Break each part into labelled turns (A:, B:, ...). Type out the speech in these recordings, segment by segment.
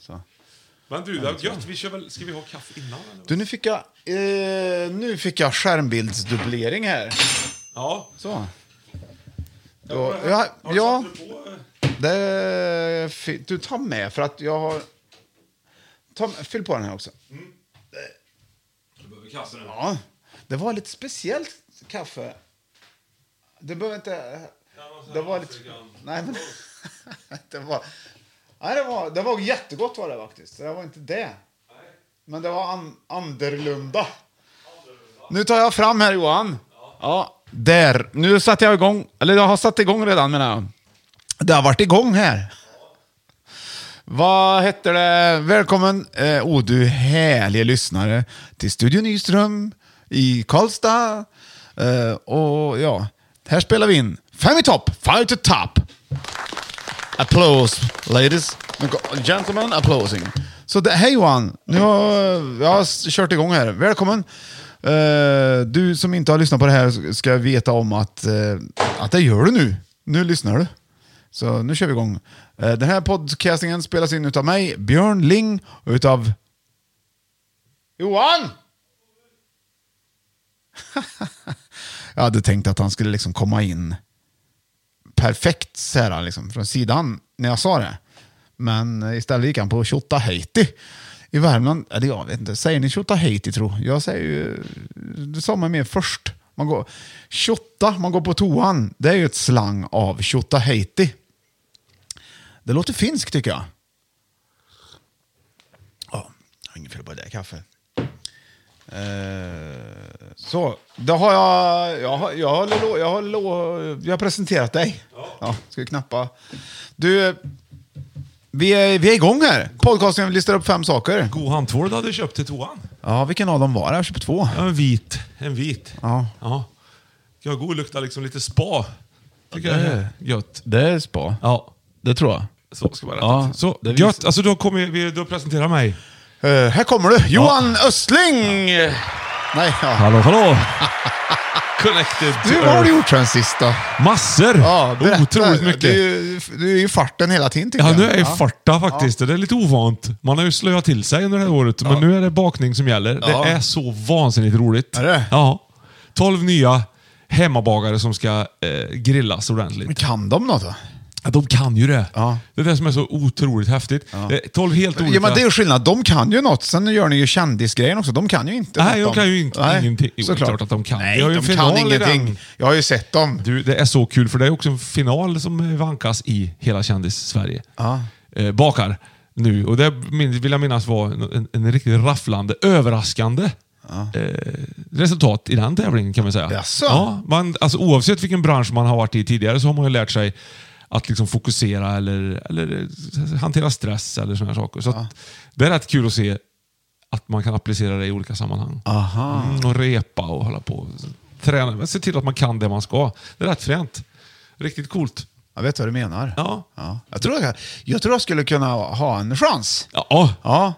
A: så.
B: Men du, det är gött. Vi kör väl, ska vi ha kaffe innan? Eller?
A: Du, nu fick jag... Eh, nu fick jag skärmbildsdubblering här.
B: Ja.
A: Så. Då, ja,
B: Har du
A: ja,
B: satt det på? eh?
A: det... fi- Du, ta med för att jag har... Ta, fyll på den här också.
B: Du behöver kaffe nu.
A: Ja, det var lite speciellt kaffe. Det behöver inte... Det var lite... Nej, men... det, var... Nej, det, var, det var jättegott var det faktiskt. Det var inte det. Men det var an, annorlunda. Nu tar jag fram här Johan. Ja, där. Nu satte jag igång. Eller jag har satt igång redan menar jag. Det har varit igång här. Vad heter det? Välkommen, eh, oh, du härliga lyssnare, till Studio Nyström i Karlstad. Eh, och ja, här spelar vi in Fem i topp, five to top. Applause, ladies and gentlemen, applausing. Så det, hej Johan, nu har jag har kört igång här. Välkommen. Eh, du som inte har lyssnat på det här ska veta om att, eh, att det gör du nu. Nu lyssnar du. Så nu kör vi igång. Eh, Den här podcastingen spelas in utav mig, Björn Ling, och utav... Johan! jag hade tänkt att han skulle liksom komma in perfekt så här, liksom, från sidan när jag sa det. Men eh, istället gick han på Tjota Haiti. I Värmland, eller jag vet inte, säger ni Tjota Haiti tro? Jag säger ju, det sa man mer först. Man går, Tjotta, man går på toan, det är ju ett slang av Tjota Haiti. Det låter finskt tycker jag. Ja, jag har inget fel på det där kaffet. Eh, så, då har jag, jag, har, jag, har, lo- jag, har, lo- jag har presenterat dig. Ja, ska vi knappa. Du, vi är, vi är igång här. Podcasten listar upp fem saker.
B: God handtvål du hade köpt till toan.
A: Ja, vilken av dem var det? Jag köpte två.
B: Ja, en vit. En vit.
A: Ja.
B: ja. Jag god luktar liksom lite spa. Tycker jag är gött.
A: Det är spa.
B: Ja.
A: Det tror jag.
B: Så ska vara rätt.
A: Ja,
B: så,
A: det visar-
B: gött. Alltså, du har, kommit, vi- du har presenterat mig.
A: Eh, här kommer du, Johan Östling! Nej, ja.
B: Hallå, hallå! Connected to
A: Du, vad har
B: Earth.
A: du gjort sen sist då?
B: Massor!
A: Ja, berätta.
B: Otroligt mycket.
A: Du, är ju- du är ju i farten hela tiden tycker
B: Ja,
A: jag.
B: nu är jag i farta faktiskt. Det är lite ovant. Man har ju slöat till sig under det här året, men nu är det bakning som gäller.
A: Ja.
B: Det är så vansinnigt roligt.
A: Är det?
B: Ja. 12 nya hemmabagare som ska eh, grillas ordentligt.
A: Kan de något då?
B: Ja, de kan ju det.
A: Ja.
B: Det är det som är så otroligt häftigt. Eh, 12 helt olika...
A: Ja, men det är ju skillnad. De kan ju något. Sen gör ni ju kändisgrejen också. De kan ju inte
B: Nej,
A: något
B: de kan ju inte- ingenting. Jo, det är
A: Såklart.
B: klart att de kan.
A: Nej,
B: Vi har ju en
A: de kan
B: final i den.
A: ingenting. Jag har ju sett dem.
B: Du, det är så kul, för det är också en final som vankas i hela Kändis-Sverige. Eh, bakar nu. Och det min- vill jag minnas var en, en, en riktigt rafflande, överraskande eh, resultat i den tävlingen kan man säga.
A: Jaså?
B: Ja, man, alltså, oavsett vilken bransch man har varit i tidigare så har man ju lärt sig att liksom fokusera eller, eller eh, hantera stress eller sådana saker. Så att, Det är rätt kul att se att man kan applicera det i olika sammanhang.
A: Aha.
B: Mm, och repa och hålla på. och Träna. Men se till att man kan det man ska. Det är rätt fränt. Riktigt coolt.
A: Jag vet vad du menar.
B: Ja.
A: Ja. Jag, tror jag, jag tror jag skulle kunna ha en chans.
B: Ja,
A: Ja.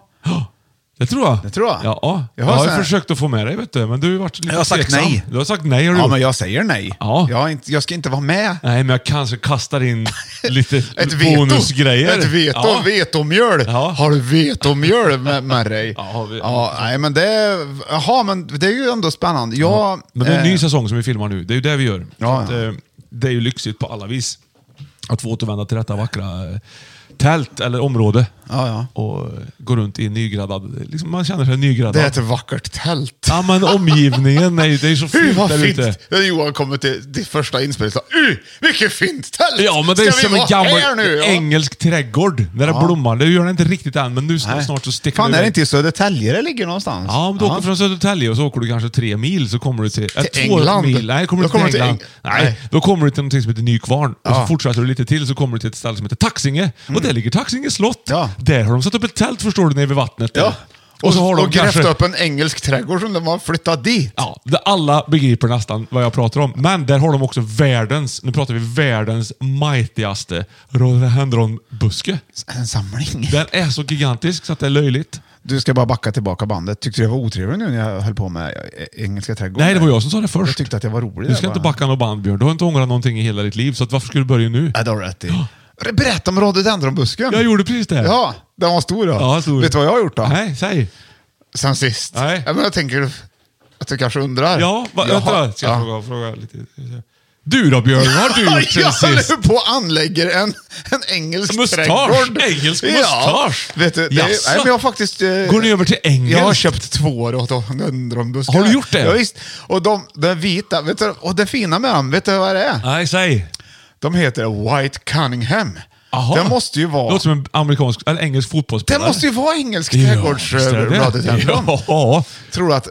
B: det tror jag.
A: Det tror jag.
B: Ja, jag
A: Jag har
B: har
A: sån här-
B: försökt att få med dig, vet du, men du har varit lite
A: Jag har sagt
B: tveksam.
A: nej.
B: Du har sagt nej. Har du
A: Ja,
B: gjort.
A: men jag säger nej.
B: Ja.
A: Jag, har inte, jag ska inte vara med.
B: Nej, men jag kanske kastar in lite
A: Ett veto.
B: bonusgrejer.
A: Ett veto.
B: Ja.
A: Vetomjöl.
B: Ja.
A: Har du vetomjöl med, med dig?
B: Ja, har vi.
A: ja, nej, men det, är- jaha, men det är ju ändå spännande. Jag,
B: Men det är en ny
A: eh,
B: säsong som vi filmar nu. Det är ju det vi gör.
A: Ja,
B: Så
A: ja.
B: Att, eh, det är ju lyxigt på alla vis. Att få återvända till detta vackra eh, tält eller område.
A: Ja, ja.
B: Och eh, gå runt i en nygräddad... Liksom man känner sig nygräddad.
A: Det är typ- ett vackert tält.
B: Ja, men omgivningen är ju, det är ju så
A: Fy
B: fint
A: vad
B: där
A: fint!
B: ute.
A: När Johan kommer till ditt första inspel så uh, vilket fint tält!
B: Ja, men det är
A: Ska
B: som
A: vi
B: en
A: vara här
B: gammal
A: nu? Ja.
B: engelsk trädgård. När det blommar. Det gör det inte riktigt än, men nu
A: Nej.
B: snart så sticker
A: Fan,
B: det
A: är det
B: iväg.
A: inte i Södertälje det ligger någonstans?
B: Ja, om du åker från Södertälje och så åker du kanske tre mil så kommer du till... Äh,
A: Till England.
B: Mil, nej, kommer du
A: Då
B: till
A: kommer du till
B: England.
A: Eng-
B: nej,
A: nej.
B: då kommer du till någonting som heter Nykvarn. Och så
A: Ja. Mm.
B: fortsätter du lite till så kommer du till ett ställe som heter Taxinge. Och där ligger Taxinge slott.
A: Ja.
B: Där har de satt upp ett tält förstår du, nere vid vattnet. där.
A: Ja.
B: Och, så har de
A: och grävt
B: kanske...
A: upp en engelsk trädgård som de har flyttat dit.
B: Ja, det- alla begriper nästan vad jag pratar om. Men där har de också världens, nu pratar vi världens mightigaste rhododendronbuske.
A: En samling.
B: Den är så gigantisk så att det är löjligt.
A: Du ska bara backa tillbaka bandet. Tyckte du jag var otrevlig nu när jag höll på med ä, engelska trädgården?
B: Nej, det var jag som sa det först.
A: Jag tyckte att jag var rolig.
B: Du
A: där
B: ska inte
A: bara.
B: backa något band, Björn. Du har inte ångrat någonting i hela ditt liv, så att varför ska du börja nu?
A: Ja, det har du rätt i. Berätta om rhododendronbusken.
B: Jag gjorde precis det.
A: Ja, den var stor då.
B: Ja, stor.
A: Vet du vad jag har gjort då?
B: Nej, säg.
A: Sen sist?
B: Nej.
A: Ja, men jag tänker att du kanske undrar.
B: Ja, va,
A: Jag har-
B: vänta. Ska jag
A: Ja.
B: fråga, fråga lite? Du då, Björn? Vad har du gjort sen
A: jag
B: sist?
A: håller på och anlägger en, en engelsk
B: Mustasch.
A: trädgård.
B: Engelsk
A: Ja,
B: mustasch.
A: vet du, det är, nej,
B: Jaså?
A: men jag har faktiskt... eh,
B: Går ni över till engelskt?
A: Jag har köpt två rhododendronbuskar.
B: Har du gjort det?
A: Ja, visst. Och de, de vita, vet du, och det fina med dem, vet du vad det är?
B: Nej, säg.
A: De heter White Cunningham.
B: Aha.
A: Det måste ju vara...
B: Låter som en amerikansk, eller engelsk
A: Det
B: fotbollsspelare.
A: måste ju vara engelsk
B: Ja, visst är det.
A: trädgårdsrhododendron.
B: Ja.
A: Tror du att...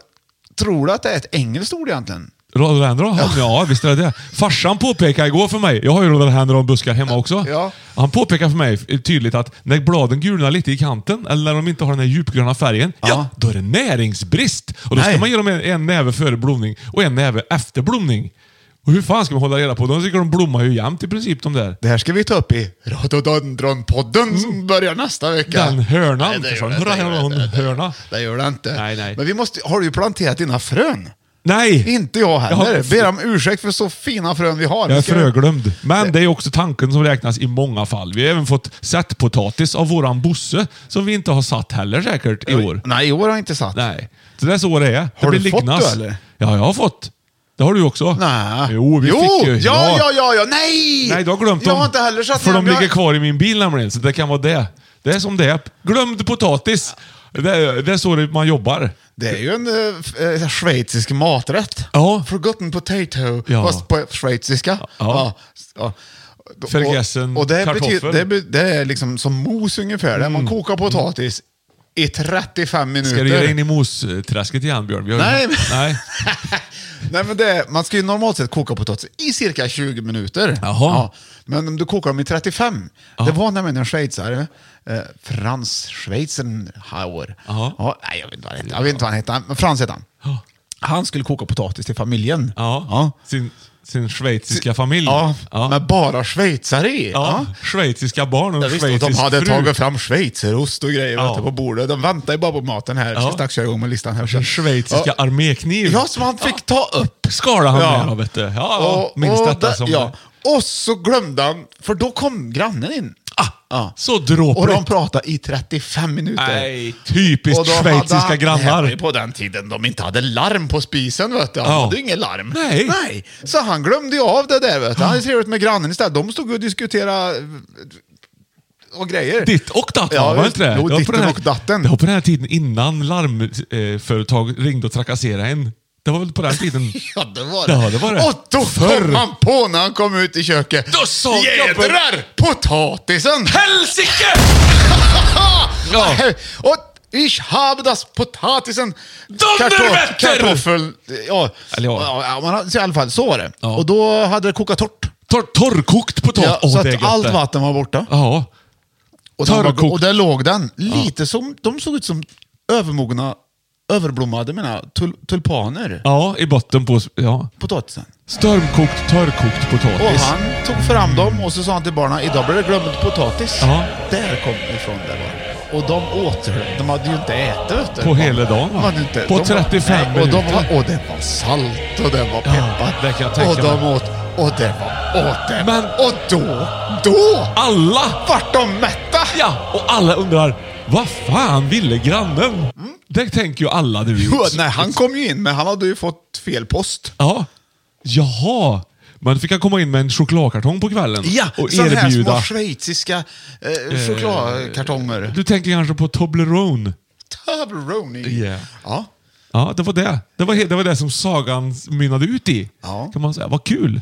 A: Tror du att det är ett engelskt ord egentligen?
B: Rhododendron? Ja. ja, visst är det det. Farsan påpekade igår för mig, jag har ju rhododendronbuskar hemma också.
A: Ja.
B: Han påpekade för mig tydligt att när bladen gulnar lite i kanten, eller när de inte har den här djupgröna färgen, ja.
A: Ja.
B: då är det näringsbrist. Och då ska
A: Nej.
B: man ge dem en, en näve före blomning och en näve efter blomning. Och hur fan ska man hålla reda på? De, de blommar ju jämt i princip de där.
A: Det här ska vi ta upp i Rhododendron-podden som börjar nästa vecka.
B: Mm. Den hörnan,
A: Nej, det gör
B: försvann.
A: det, det gör det,
B: Hörnan,
A: det gör det.
B: hörna.
A: Det gör det inte.
B: Nej, nej.
A: Men vi måste, har du planterat dina frön?
B: Nej!
A: Inte jag heller.
B: Jag har-
A: Ber om ursäkt för så fina frön vi har.
B: Jag är
A: Ska-
B: fröglömd. Men det är också tanken som räknas i många fall. Vi har även fått sättpotatis av våran bosse, som vi inte har satt heller säkert i år.
A: Nej, i år har jag inte satt.
B: Nej. Så det är så det är.
A: Har
B: det
A: du fått då, eller?
B: Ja, jag har fått. Det har du också.
A: Nej.
B: Jo, vi fick ju.
A: Ja, ja, ja, ja. Nej!
B: Nej, du har glömt
A: jag
B: dem.
A: har inte heller satt
B: För
A: ner
B: de
A: dem.
B: ligger
A: Jag-
B: kvar i min bil nämligen, så det kan vara det. Det är som det är. Glömd potatis. Det är, det är så det- man jobbar.
A: Det är ju en eh, f- eh, schweizisk maträtt.
B: Ja.
A: Forgotten potato,
B: Ja.
A: fast på schweiziska.
B: Ja.
A: ja. Och-
B: Vergessen,
A: och, och det,
B: kartoffel. Mm.
A: betyder, det, be, det är liksom som mos ungefär. där Man kokar potatis i 35 minuter.
B: Ska du ge dig in i mosträsket igen, Björn? Vi har ju-
A: Nej, men-
B: Nej.
A: Nej, men det, är- man ska ju normalt sett koka potatis i cirka 20 minuter.
B: Jaha.
A: men om du kokar dem i 35. Det var nämligen en schweizare, eh, Frans Schweizenhauer.
B: Jaha.
A: Ja, nej, jag vet inte vad han hette. Jag vet inte vad han hette, men Frans hette han. Han skulle koka potatis till familjen.
B: Ja. Sin, sin schweiziska familj.
A: Ja,
B: Ja.
A: med bara schweizare i.
B: Ja.
A: Ja.
B: Schweiziska barn och
A: Jag
B: en
A: visste att de
B: schweizisk
A: hade
B: fru.
A: tagit fram schweizerost och grejer
B: Ja.
A: vet du, på bordet. De väntar ju bara på maten här. Jag
B: Ja.
A: ska strax köra igång med listan här.
B: Sin schweiziska
A: ja.
B: armékniv.
A: ja, som han fick ta upp.
B: Skala han
A: Ja.
B: med då, vet du. Ja, ja. Minns detta
A: där-
B: som...
A: ja. och så glömde han, för då kom grannen in.
B: Ah,
A: Ja.
B: Så
A: Och de
B: dråpligt.
A: pratade i 35 minuter.
B: Nej,
A: Och
B: typiskt
A: då hade
B: schweiziska
A: han- Det här var ju
B: grannar.
A: på den tiden de inte hade larm på spisen. Vet du. Han
B: Ja.
A: hade ju inget larm.
B: Nej.
A: Så han glömde ju av det där. Vet du. Han hade trevligt med grannen istället. De stod och diskuterade eh, och grejer.
B: Ditt och datt,
A: Ja,
B: var det
A: visst.
B: inte det?
A: Jo,
B: Det var på
A: ditten
B: den här-
A: och datten.
B: Det var på den här tiden innan larmföretag ringde och trakasserade en. Det var väl på den tiden?
A: Ja, det var det.
B: Ja, det var det.
A: Och då
B: Förr.
A: kom han på när han kom ut i köket.
B: Då sa gubben-
A: Jädrar! Potatisen!
B: Helsike! Ja.
A: Och ich habe das potatisen.
B: Donnerwetter!
A: Kartoff- Kartoffel. Ja.
B: Eller ja.
A: ja. man har- så I alla fall, så var det.
B: Ja.
A: Och då hade det kokat torrt.
B: Tor torrkokt potatis.
A: Ja,
B: Åh,
A: så
B: det är
A: att
B: gött
A: allt
B: det.
A: vatten var borta.
B: Ja.
A: Och, den var,
B: Torrkokt.
A: och där låg den. Lite som, de såg ut som övermogna, överblommade mina tul, tulpaner.
B: ja, i botten på... Ja.
A: Potatisen.
B: Stormkokt, törrkokt
A: Och
B: potatis.
A: han tog fram dem och så sa han till barnen, idag blir det glömd potatis.
B: Ja.
A: Där kom det ifrån det var. Och de åt det. De hade ju inte ätit vet du.
B: På hela dagen, va?
A: De hade inte,
B: På
A: de
B: 35
A: nej, och de
B: minuter.
A: var, Och det var salt och det var peppar.
B: det kan jag tänka
A: och de
B: mig.
A: åt och det var åt det.
B: Men-
A: och då, då
B: Alla!
A: vart de mätta!
B: Ja! Och alla undrar, vad fan ville grannen? Det tänker ju alla du
A: Jo,
B: gjort.
A: Mm. nej, han kom ju in, men han hade ju fått fel post.
B: Ja. Jaha. Men fick han komma in med en chokladkartong på kvällen och
A: sån här
B: erbjuda.
A: små schweiziska eh, chokladkartonger.
B: Du tänker kanske på Toblerone?
A: Toblerone.
B: Yeah.
A: Ja.
B: Ja, det var det. Det var, he- det var det som sagan mynnade ut i.
A: Ja.
B: Kan man säga. Vad kul.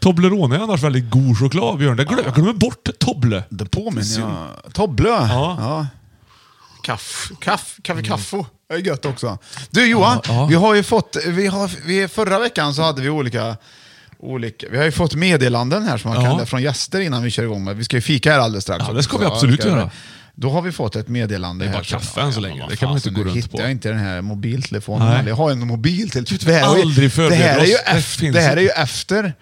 B: Toblerone är annars väldigt god choklad, Björn. Det glö- Jag glömmer bort Tobble.
A: Det påminner jag... Tobble. Ja.
B: Ja.
A: Kaff, kaff, kaffe, kaffo. Det är gött också. Du Johan,
B: Ja, ja.
A: vi har ju fått... Vi har, vi, förra veckan så hade vi olika... Olika. Vi har ju fått meddelanden här som man
B: Ja.
A: kan läsa från gäster innan vi kör igång med. Vi ska ju fika här alldeles strax.
B: Ja, det ska
A: också.
B: vi absolut
A: ska vi-
B: göra.
A: Då har vi fått ett meddelande.
B: Det är
A: här
B: bara
A: som-
B: kaffe än så länge.
A: vad
B: Det kan man
A: fasen,
B: inte gå
A: nu
B: runt
A: hittar
B: på.
A: jag inte den här mobiltelefonen.
B: Nej.
A: heller. Jag har en mobiltelefon.
B: Du har aldrig
A: det här är
B: förberett
A: ju
B: oss. Det
A: efter,
B: finns
A: det här
B: inte.
A: är ju efter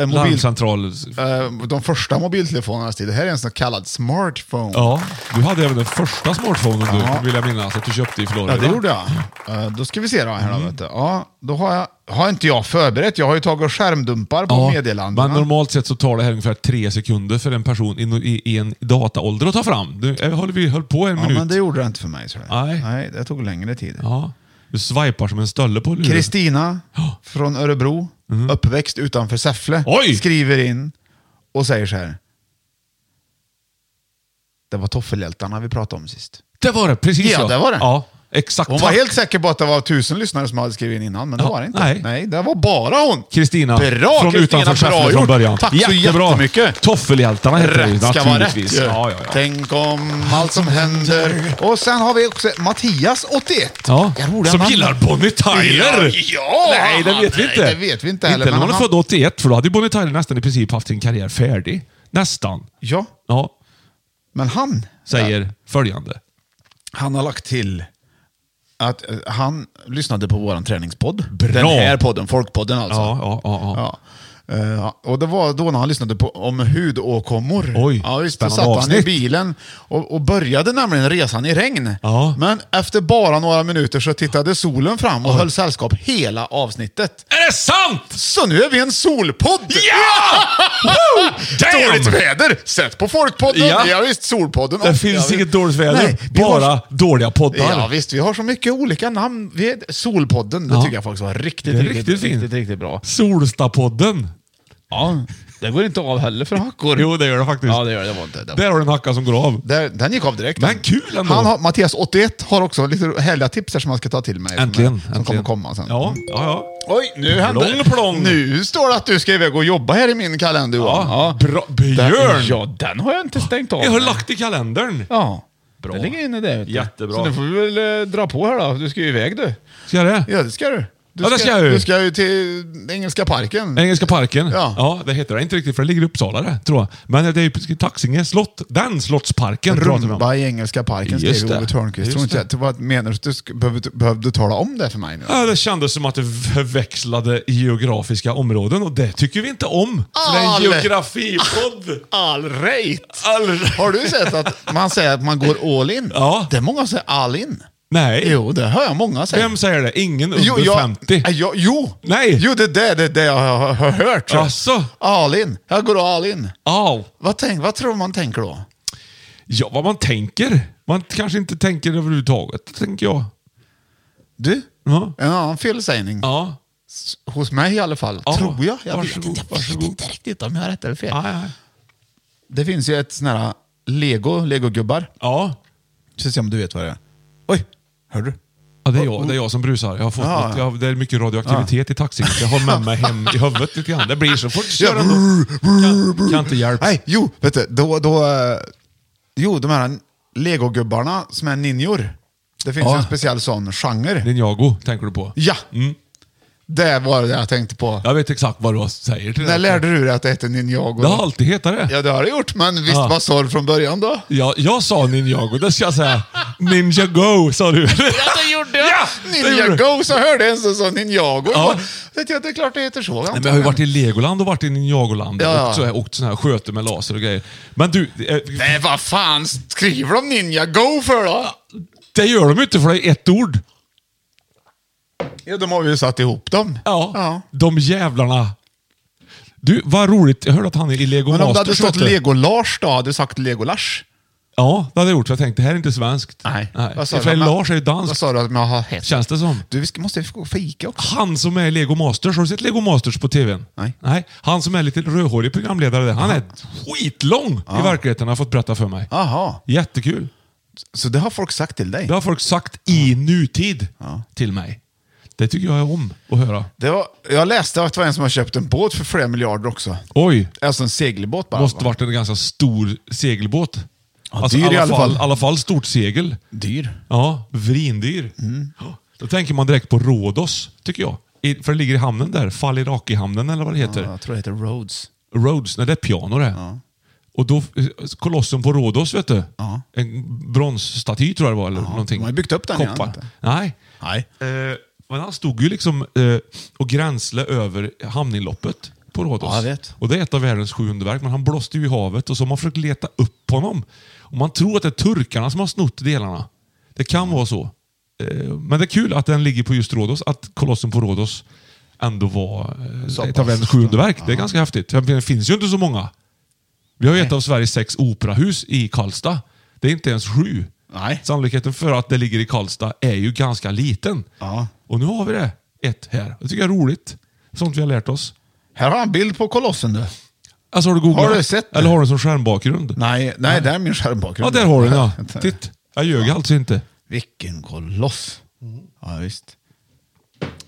A: en mobil,
B: Larmcentral.
A: eh, de första mobiltelefonernas tid. Det här är en så kallad smartphone.
B: Ja, du hade även den första smartphonen du, vill jag minnas, att du köpte i Florida.
A: Ja, det gjorde jag. Eh, Då ska vi se då. Här då,
B: Mm.
A: vet du. Ja, då har, jag, har inte jag förberett. Jag har ju tagit skärmdumpar på
B: Ja,
A: meddelandena.
B: Men normalt sett så tar det här ungefär tre sekunder för en person i, i, i en dataålder att ta fram. Du, eh, håller vi höll på en
A: ja,
B: minut.
A: men det gjorde det inte för mig. Så det.
B: Nej.
A: Nej, det tog längre tid.
B: Ja. Du swipar som en stölle på luren.
A: Kristina från Örebro, uppväxt utanför Säffle,
B: Mm. Oj!
A: skriver in och säger så här. Det var toffelhjältarna vi pratade om sist.
B: Det var det, precis
A: Ja, det var det.
B: Ja, exakt.
A: Hon var
B: Tack.
A: helt säker på att det var tusen lyssnare som hade skrivit in innan, men det
B: Ja,
A: var det inte.
B: nej.
A: det var bara hon.
B: Kristina
A: Bra,
B: från
A: Kristina,
B: utanför
A: bra
B: Säffle
A: gjort.
B: från början.
A: Tack så
B: Jättebra.
A: jättemycket.
B: Toffelhjältarna heter det ju
A: Rätt ska vara rätt
B: naturligtvis.
A: ju.
B: Ja, ja, ja.
A: Tänk om allt som händer. Och sen har vi också Mattias, 81.
B: Ja,
A: Jag roliga
B: som
A: namn.
B: gillar Bonnie Tyler!
A: Ja, ja,
B: Nej, det vet vi
A: nej,
B: inte.
A: det vet vi inte heller,
B: Inte när
A: men
B: hon är
A: han-
B: född 81, för då hade ju Bonnie Tyler nästan i princip haft sin karriär färdig. Nästan.
A: Ja,
B: Ja,
A: men han
B: säger följande.
A: Han har lagt till att eh, han lyssnade på vår träningspodd.
B: Bra.
A: Den här podden, Folkpodden alltså.
B: Ja, ja, ja, ja.
A: Eh, och det var då när han lyssnade på om hudåkommor.
B: Oj,
A: ja, visst, då
B: spännande
A: satt han i
B: avsnitt.
A: bilen och, och började nämligen resan i regn.
B: Ja.
A: Men efter bara några minuter så tittade solen fram och höll sällskap hela avsnittet.
B: Är det sant?
A: Så nu är vi en solpodd!
B: Ja! Woo!
A: Dåligt
B: Damn!
A: väder! Sätt på Folkpodden!
B: Ja.
A: Ja, visst, Solpodden.
B: Det
A: Och-
B: finns
A: ja, vi-
B: inget dåligt väder,
A: Nej, vi har-
B: bara dåliga poddar.
A: Ja, visst, vi har så mycket olika namn. Vi är Solpodden, det
B: Ja.
A: tycker jag faktiskt var riktigt,
B: Det är
A: riktigt, riktigt,
B: riktigt fint.
A: riktigt, riktigt bra.
B: Solstapodden.
A: Ja, det går inte av heller för hackor.
B: Jo, det gör det faktiskt.
A: Ja, det gör det. det. Var inte, det var.
B: Där har du en hacka som går av.
A: Där, den gick av direkt.
B: Men kul ändå.
A: Han har, Mattias, 81, har också lite härliga tips här som man ska ta till mig. Som,
B: Äntligen.
A: som
B: äntligen.
A: kommer komma sen.
B: Ja, ja, ja.
A: Oj, nu hände
B: Plong, plong.
A: Nu står det att du ska iväg och jobba här i min kalender. Johan.
B: Ja, bra- Björn!
A: Den, ja, den har jag inte stängt av.
B: Jag har lagt i kalendern.
A: Ja.
B: Bra.
A: Den ligger inne där. vet du.
B: Jättebra.
A: Så nu får vi väl eh, dra på här då. Du ska ju iväg du.
B: Ska jag det?
A: Ja, det ska du. du
B: Ja, det ska jag ju.
A: Du ska ju till Engelska parken.
B: Engelska parken.
A: Ja.
B: Ja. det heter det inte riktigt för det ligger i Uppsala det, tror jag. Men det är ju Taxinge slott. Den slottsparken pratar vi om.
A: Rumba i Engelska parken
B: Just
A: skrev ju Ove
B: det.
A: Thörnqvist.
B: Just
A: Tror inte
B: det.
A: jag. Vad menar du? Du sk- behövde, behövde tala om det för mig nu?
B: Ja, det kändes som att det förväxlade geografiska områden och det tycker vi inte om. För Det är
A: All-
B: en geografipodd.
A: All right.
B: All right.
A: Har du sett att man säger att man går all in?
B: Ja.
A: Det är många som säger all in.
B: Nej.
A: Jo, det hör jag många säga.
B: Vem säger det? Ingen under
A: Jo, jag-
B: 50?
A: Nej, jag- jo.
B: Nej.
A: Jo, det är det, det, är det jag har, har hört.
B: Jaså?
A: All in. Jag går all in.
B: Au.
A: Vad, tänk, vad tror man tänker då?
B: Ja, vad man tänker. Man kanske inte tänker överhuvudtaget, tänker jag.
A: Du?
B: Ja.
A: En annan felsägning.
B: Ja.
A: Hos mig i alla fall.
B: Ja,
A: Tror jag. Jag
B: varsågod,
A: vet, inte, jag vet
B: varsågod.
A: inte riktigt om jag har rätt eller fel.
B: Ja, ja.
A: Det finns ju ett sån här lego, legogubbar.
B: ja.
A: Ska se om du vet vad det är. Oj, hör du? Oh,
B: Ja, det, är jag, det är jag som brusar. Jag har fått
A: Ja.
B: något, jag, det är mycket radioaktivitet i taxin. Jag har med mig hem i huvudet lite grann. Det blir så fort kör ändå. Kan, kan inte hjälpa.
A: Nej, jo, vet du. Då, då, eh, jo, de här legogubbarna som är ninjor. Det finns
B: Ja.
A: ju en speciell sån genre.
B: Ninjago tänker du på.
A: Ja,
B: Mm.
A: det var det jag tänkte på.
B: Jag vet exakt vad du säger till
A: När
B: det.
A: lärde du dig att det heter ninjago?
B: Det har alltid hetat det.
A: Ja, det har det gjort, men visst
B: Ja.
A: var sorg från början då?
B: Ja, jag sa Ninjago, det ska jag säga. Ninja Go, sa du.
A: Ja, det gjorde jag!
B: Ja, det
A: Ninja
B: gjorde du.
A: Go, så hörde jag en som sa Ninjago.
B: Ja.
A: Ja. Det är klart det heter så.
B: Nej, men jag har ju varit i Legoland och varit i Ninjagoland
A: Ja, ja.
B: och så här, åkt såna här sköter med laser och grejer. Men du, eh,
A: Nej, vad fan skriver de Ninja Go för då?
B: det gör de ju inte för det är ett ord.
A: Ja, de har ju satt ihop dem.
B: Ja,
A: Ja.
B: de jävlarna. Du, vad roligt. Jag hörde att han är i Lego
A: Men om det hade
B: Masters,
A: stått
B: vet du.
A: Lego-Lars då, hade du sagt Lego-Lars?
B: Ja, det hade jag gjort. för Jag tänkte, det här är inte svenskt.
A: du?
B: För
A: Men-
B: Lars är ju
A: Vad
B: dansk,
A: sa du att man har hett?
B: känns det som.
A: Du, vi ska- måste gå och fika också.
B: Han som är i Lego Masters, har du sett Lego Masters på TVn?
A: Nej.
B: Nej. Han som är lite rödhårig programledare där, han är skitlång i verkligheten har jag fått berätta för mig.
A: Jaha,
B: Jättekul.
A: så det har folk sagt till dig?
B: Det har folk sagt i nutid till mig. Det tycker jag är om att höra.
A: Det var, jag läste att det var en som har köpt en båt för flera miljarder också.
B: Oj,
A: Alltså en segelbåt bara.
B: måste varit en ganska stor segelbåt. Alltså,
A: Ja, dyr i alla fall.
B: I alla fall stort segel.
A: Dyr.
B: Ja, vrindyr.
A: Mm.
B: Då tänker man direkt på Rhodos, tycker jag. I, för det ligger i hamnen där. Faliraki-hamnen eller vad det heter.
A: Ja, jag tror det heter Rhodes.
B: Rhodes, nej det är piano det. Och då, kolossen på Rhodos, vet du.
A: Ja.
B: En bronsstaty tror jag det var. Eller någonting.
A: de har ju byggt upp den igen,
B: Koppar.
A: inte?
B: Nej.
A: Nej.
B: Eh, men han stod ju liksom eh, och gränslade över hamninloppet på Rhodos.
A: Ja, jag vet.
B: Och det är ett av världens sju underverk, men han blåste ju i havet och så har man försökt leta upp honom. Och man tror att det är turkarna som har snott delarna. Det kan vara så. Eh, men det är kul att den ligger på just Rhodos, att kolossen på Rhodos ändå var
A: Så
B: eh, ett
A: pass.
B: av världens sju underverk. Det är ganska häftigt. För Det finns ju inte så många. Vi har ju ett av Sveriges sex operahus i Karlstad. Det är inte ens sju.
A: Nej.
B: Sannolikheten för att det ligger i Karlstad är ju ganska liten.
A: Ja.
B: Och nu har vi det. Ett här. Det tycker jag är roligt. Sånt vi har lärt oss.
A: Här har han bild på kolossen du.
B: Alltså har du googlat?
A: Har du sett det?
B: Eller har du en sån skärmbakgrund?
A: Nej, nej, där är min skärmbakgrund.
B: Ja, där har du den ja. Titt. Jag ljög alltså inte.
A: Vilken koloss. Ja, visst.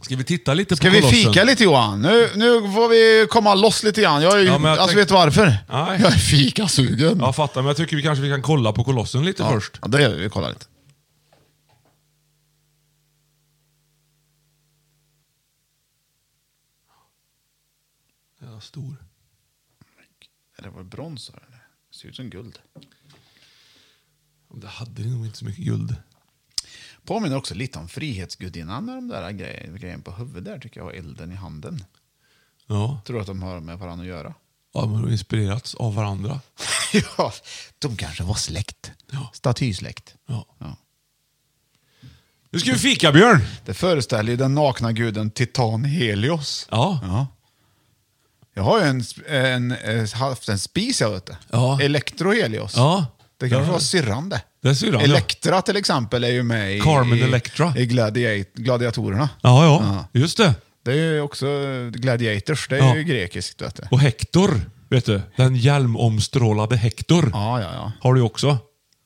B: Ska vi titta lite
A: Ska
B: på
A: vi
B: kolossen?
A: fika lite Johan? Nu, nu får vi komma loss lite grann. Jag är ju,
B: Ja, men jag
A: alltså
B: tänkte-
A: vet du varför?
B: Nej.
A: Jag är fikasugen.
B: Ja, fattar. Men jag tycker vi kanske vi kan kolla på kolossen lite först.
A: Ja, det gör vi. Vi kollar lite.
B: Ja, stor.
A: Det var brons eller? Ser ut som guld.
B: Det hade nog inte så mycket guld.
A: Påminner också lite om Frihetsgudinnan med de där grej, grejen på huvudet där tycker jag och elden i handen.
B: Ja.
A: Tror att de har med varandra att göra?
B: ja men de har inspirerats av varandra.
A: ja, de kanske var släkt.
B: Ja.
A: Statysläkt.
B: Ja.
A: Ja.
B: Nu ska vi fika, Björn!
A: Det föreställer ju den nakna guden Titan Helios.
B: Ja.
A: Ja. Jag har ju en, sp- en, eh, haft en spis jag vet du.
B: Ja.
A: Elektrohelios.
B: Ja.
A: Det kanske
B: Ja.
A: var syrran det.
B: Det är syrran, ja.
A: Elektra till exempel är ju med i,
B: Carmen
A: i,
B: Electra.
A: i gladiat- gladiatorerna.
B: Ja, ja. Just det.
A: Det är ju också eh, gladiators, det är
B: Ja.
A: ju grekiskt vet du.
B: Och Hector, vet du. Den hjälmomstrålade Hector
A: Ja, ja, ja.
B: har du också.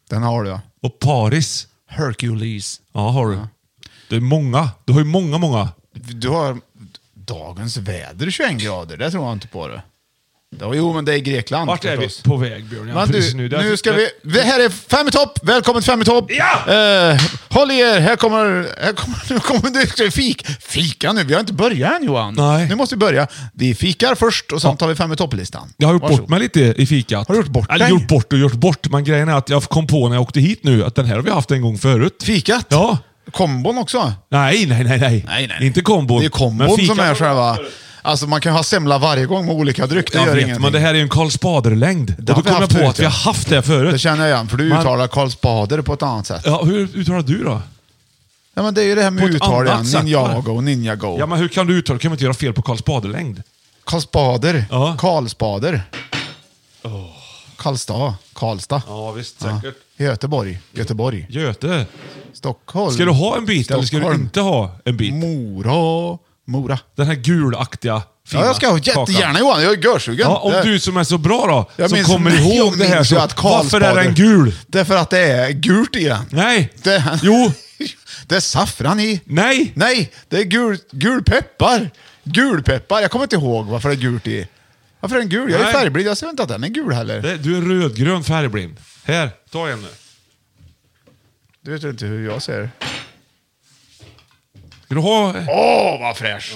A: Den har du ja.
B: Och Paris.
A: Hercules.
B: Ja, har du. Det är många. Du har ju många, många.
A: Du har dagens väder 21 grader, det tror jag inte på du. Det var, jo, men det är Grekland
B: Vart är vi
A: förstås.
B: på väg, Björn?
A: Men du,
B: precis
A: nu,
B: Det-
A: ska
B: det-
A: vi... vi- Här är Fem i topp! Välkommen till Fem i topp!
B: Ja!
A: Eh, håll i er, här kommer... Här kommer, nu kommer det ska vi fik. Fika nu, vi har inte börjat än Johan.
B: Nej.
A: Nu måste vi börja. Vi fikar först och sen tar vi Fem i topp-listan.
B: Jag har gjort
A: Varsågod.
B: bort mig lite i fikat.
A: Har du gjort bort
B: Eller
A: dig?
B: gjort bort och gjort bort. Men grejen är att jag kom på när jag åkte hit nu att den här har vi haft en gång förut.
A: Fikat?
B: Ja.
A: Kombon också?
B: Nej, nej, nej. nej. Inte kombon.
A: Det är
B: Men
A: kombon
B: fika-
A: som är själva... Alltså man kan ha semla varje gång med olika dryck, det
B: Jag
A: gör
B: vet,
A: ingenting.
B: men det här är ju en Karl Spader-längd. Och då
A: har vi
B: kom jag
A: haft
B: på
A: förut,
B: att vi
A: ja.
B: har haft det förut.
A: Det känner jag igen, för du
B: Man-
A: uttalar Karl Spader på ett annat sätt. Ja.
B: Ja, hur uttalar du då?
A: men det är ju det här med
B: På ett
A: uttal igen.
B: annat sätt,
A: Ninjago och Ninjago.
B: Ja, men hur kan du uttala? Du kan väl inte göra fel på Karl Spader-längd?
A: Karl Spader.
B: Ja.
A: Karl Spader. Karlstad. Karlstad.
B: Ja, visst. Säkert.
A: Göteborg. Göteborg.
B: Göte,
A: Stockholm.
B: ska du ha en bit eller ska du
A: Stockholm.
B: inte ha en bit?
A: Mora. Mora.
B: Den här gulaktiga, fina
A: Ja, jag ska ha
B: kakan.
A: jättegärna Johan. Jag är görsugen.
B: Ja, om
A: Det-
B: du som är så bra då,
A: Jag
B: som
A: minns-
B: kommer
A: Nej, jag
B: ihåg det här.
A: minns
B: Så,
A: ju att Karl
B: varför är
A: Spader-
B: den gul?
A: Därför att det är gult i den.
B: Nej.
A: Det,
B: Jo.
A: det är saffran i.
B: Nej.
A: Nej, det är gul, gulpeppar. Gulpeppar. Jag kommer inte ihåg varför det är gult i. Varför är den gul? Jag är
B: Nej.
A: färgblind. Jag ser inte att den är gul heller.
B: Det- Du är rödgrön färgblind. Här, ta en nu.
A: Du vet inte hur jag ser.
B: Ska du ha?
A: Åh, vad fräsch!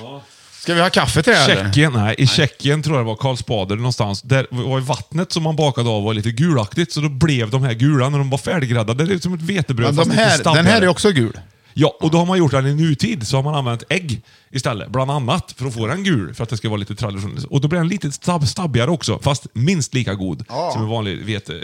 A: Ska vi ha kaffe till det här, eller?
B: Tjeckien, nej, i Tjeckien tror jag det var, Karl Spader någonstans. Där var ju vattnet som man bakade av var lite gulaktigt, så då blev de här gula när de var färdiggräddade. Det är som ett vetebröd
A: Men
B: fast
A: de
B: lite
A: här, den här är
B: stabbigare.
A: också gul.
B: Ja, och då har man gjort den i nutid, så har man använt ägg istället. Bland annat för att få den gul, för att det ska vara lite traditionellt. Och då blir den lite stabb, stabbigare också, fast minst lika god som en vanlig vete...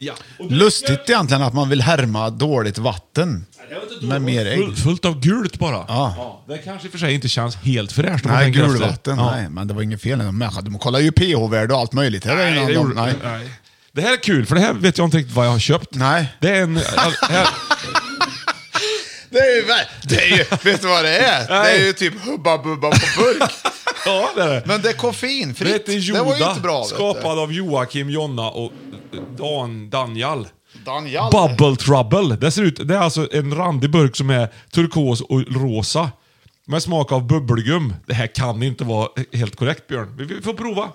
B: Ja. Och det-
A: Lustigt egentligen att man vill härma dåligt vatten.
B: Det var inte dåligt.
A: Med mer ägg.
B: Full, fullt av gult bara.
A: Ja.
B: Det kanske i och för sig inte känns helt fräscht om man
A: Nej,
B: tänker
A: gul
B: efter.
A: vatten.
B: Ja.
A: Nej, men det var inget fel. De människa- de kollar ju pH-värde och allt möjligt. här
B: Nej,
A: innan
B: det
A: de-
B: gjorde,
A: nej.
B: nej. Det här är kul, för det här vet jag inte riktigt vad jag har köpt.
A: Nej.
B: Det är en... all- här-
A: Det är ju, ver- det är ju, vet du vad det är? Det är ju typ Hubba Bubba på burk.
B: ja, det är det.
A: Men det är
B: Det
A: koffeinfritt.
B: heter
A: Det var ju
B: Yoda,
A: inte bra. vet du.
B: skapad av Joakim, Jonna och eh, Dan, Daniel.
A: Daniel.
B: Bubble Trouble. Det, ser ut, det är alltså en randig burk som är turkos och rosa. Med smak av bubbelgum. Det här kan inte vara helt korrekt, Björn. Vi- Vi får prova.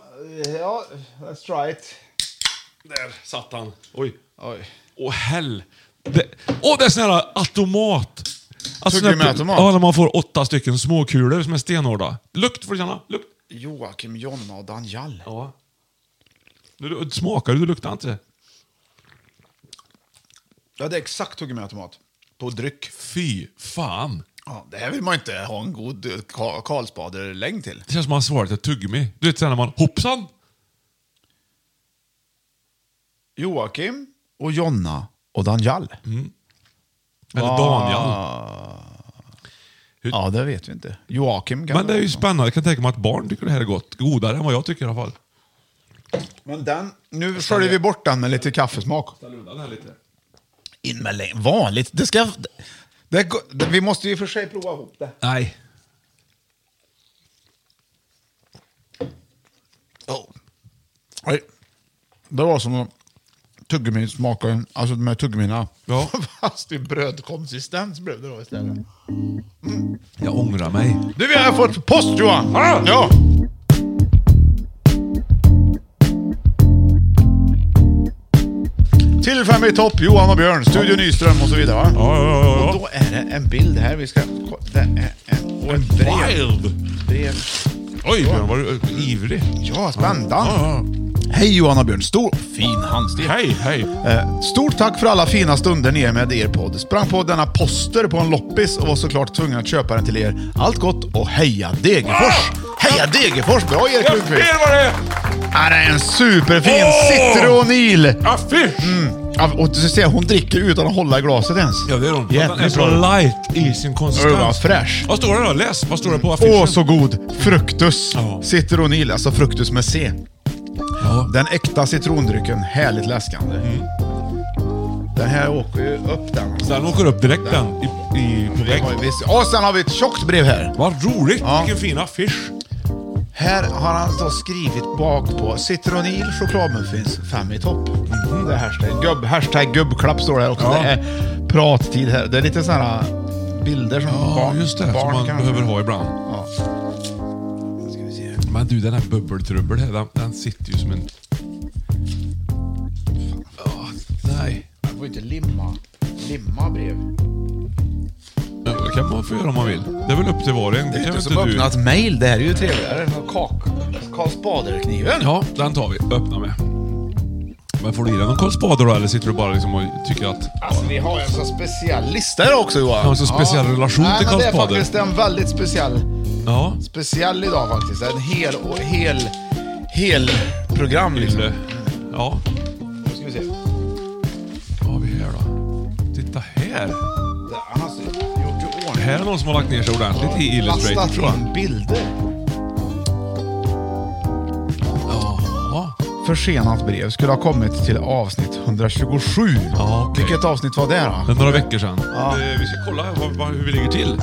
A: Ja, let's try it.
B: Där satt han. Oj.
A: Oj.
B: Åh, hell. Det, åh, det är sån här automat. Alltså, sån här-
A: Tuggummi-automat?
B: Ja, när man får åtta stycken småkulor som är stenhårda. Lukt får du känna. Lukt.
A: Joakim, Jonna och Daniel.
B: Ja. Nu du- smakar du, du luktar inte.
A: Ja, det är exakt tuggummi-automat. På dryck.
B: Fy fan.
A: Ja, det här vill man ju inte ha en god eh, Ka- Karlsbader-längd till.
B: Det känns som att man svarat ett tuggummi. Du vet sen när man hoppsan.
A: Joakim och Jonna och Daniel.
B: Eller Daniel.
A: Ah. Ja, det vet vi inte. Joakim kan
B: Men det är ju
A: också.
B: spännande. Jag kan tänka mig att barn tycker det här är gott. Godare än vad jag tycker i alla fall.
A: Men den, nu sköljer vi bort den med lite kaffesmak. In med längd. Vanligt. Det ska... Det, är go- det, vi måste ju i och för sig prova ihop det.
B: Nej.
A: Oh. Nej. Det var som att tuggummin smakade, alltså de här tuggummina.
B: Ja.
A: Fast i brödkonsistens blev det då istället.
B: Jag ångrar mig.
A: Du, vi har fått post Johan!
B: Ah!
A: Ja! Till Fem i topp, Johan och Björn, Studio Nyström och så vidare. Va?
B: Ja, ja, ja,
A: Och
B: ja.
A: då är det en bild här vi ska... Det är en... Och ett brev.
B: Wild!
A: brev.
B: Oj, Björn, var du eh, ivrig?
A: Ja, spännande.
B: Ja,
A: Hej Johan och Björn, stor... Fin handstil.
B: ja. Hej, hej.
A: Eh, Stort tack för alla fina stunder ni är med i er podd. Sprang på denna poster på en loppis och var såklart tvungen att köpa den till er. Allt gott och heja Degerfors! Heja Degerfors! Bra Erik
B: Jag
A: Lundqvist!
B: vet vad det är!
A: Ja, det är en superfin
B: Åh!
A: Citroen Eel!
B: Affisch!
A: Ja, Och du ser, hon dricker utan att hålla i glaset ens.
B: Mm. Ja, det är hon. Den är
A: Jävligt
B: så
A: bra.
B: light i sin konsistens.
A: Öh, vad fräsch.
B: Vad står det då? Läs. Vad står det på affischen?
A: Åh, så god! Fruktus.
B: Ja.
A: Citroen Eel, alltså fruktus med C.
B: Ja.
A: Den äkta citrondrycken, härligt läskande.
B: Mm.
A: Den här åker ju upp den.
B: Den åker upp direkt den. I, i, på vägg.
A: Och sen har vi ett tjockt brev här.
B: Vad roligt!
A: Ja.
B: Vilken fin affisch.
A: Här har han då skrivit bak på citronil chokladmuffins fem i topp. Mm, Det är hashtag, gubb, hashtag gubbklapp står det här också.
B: Ja.
A: Det är prattid här. Det är lite sådana bilder som barn, barn
B: Som man
A: kanske.
B: behöver ha ibland.
A: Ja. Ska vi se.
B: Men du, den här bubbeltrubbel här, den, den sitter ju som en... Åh, nej.
A: Man får inte limma, limma brev.
B: Men Det kan man få göra om man vill. Det är väl upp till var och en.
A: Det är
B: kan
A: ju
B: väl
A: inte som
B: du-
A: öppnat mail. Det här är ju trevligare. Kak, Karl Spader-kniven.
B: Ja, den tar vi. Öppna med. Men får du i dig någon Karl Spader då, eller sitter du bara liksom och tycker att...
A: Alltså vi har ju en så speciell lista här också Johan.
B: Ja, en så speciell relation
A: Nej,
B: till
A: men
B: Karl
A: Det är
B: Spader.
A: faktiskt en väldigt speciell
B: Ja.
A: speciell idag faktiskt. En hel, och hel, hel program liksom.
B: Eller, ja.
A: Nu ska vi se.
B: Vad har vi här då? Titta här.
A: Där, Han har alltså gjort i ordning.
B: Här är någon som har lagt ner sig ordentligt i Illustrator
A: Lastat
B: tror jag.
A: in bilder.
B: Ja.
A: Försenat brev skulle ha kommit till avsnitt 127.
B: Ja, okej.
A: Vilket avsnitt var det då?
B: Det är några veckor sedan. Eh, Vi ska kolla vad- vad- hur vi ligger till.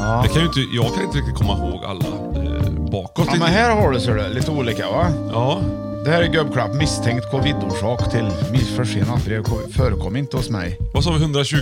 B: Jag, kan ju inte, jag kan inte riktigt komma ihåg alla eh, bakåt.
A: Ja, men här har du ser du, lite olika va?
B: Ja.
A: Det här är gubbklapp. Misstänkt covid-orsak till miss- försenat brev ko- förekom inte hos mig.
B: Vad sa vi? 120?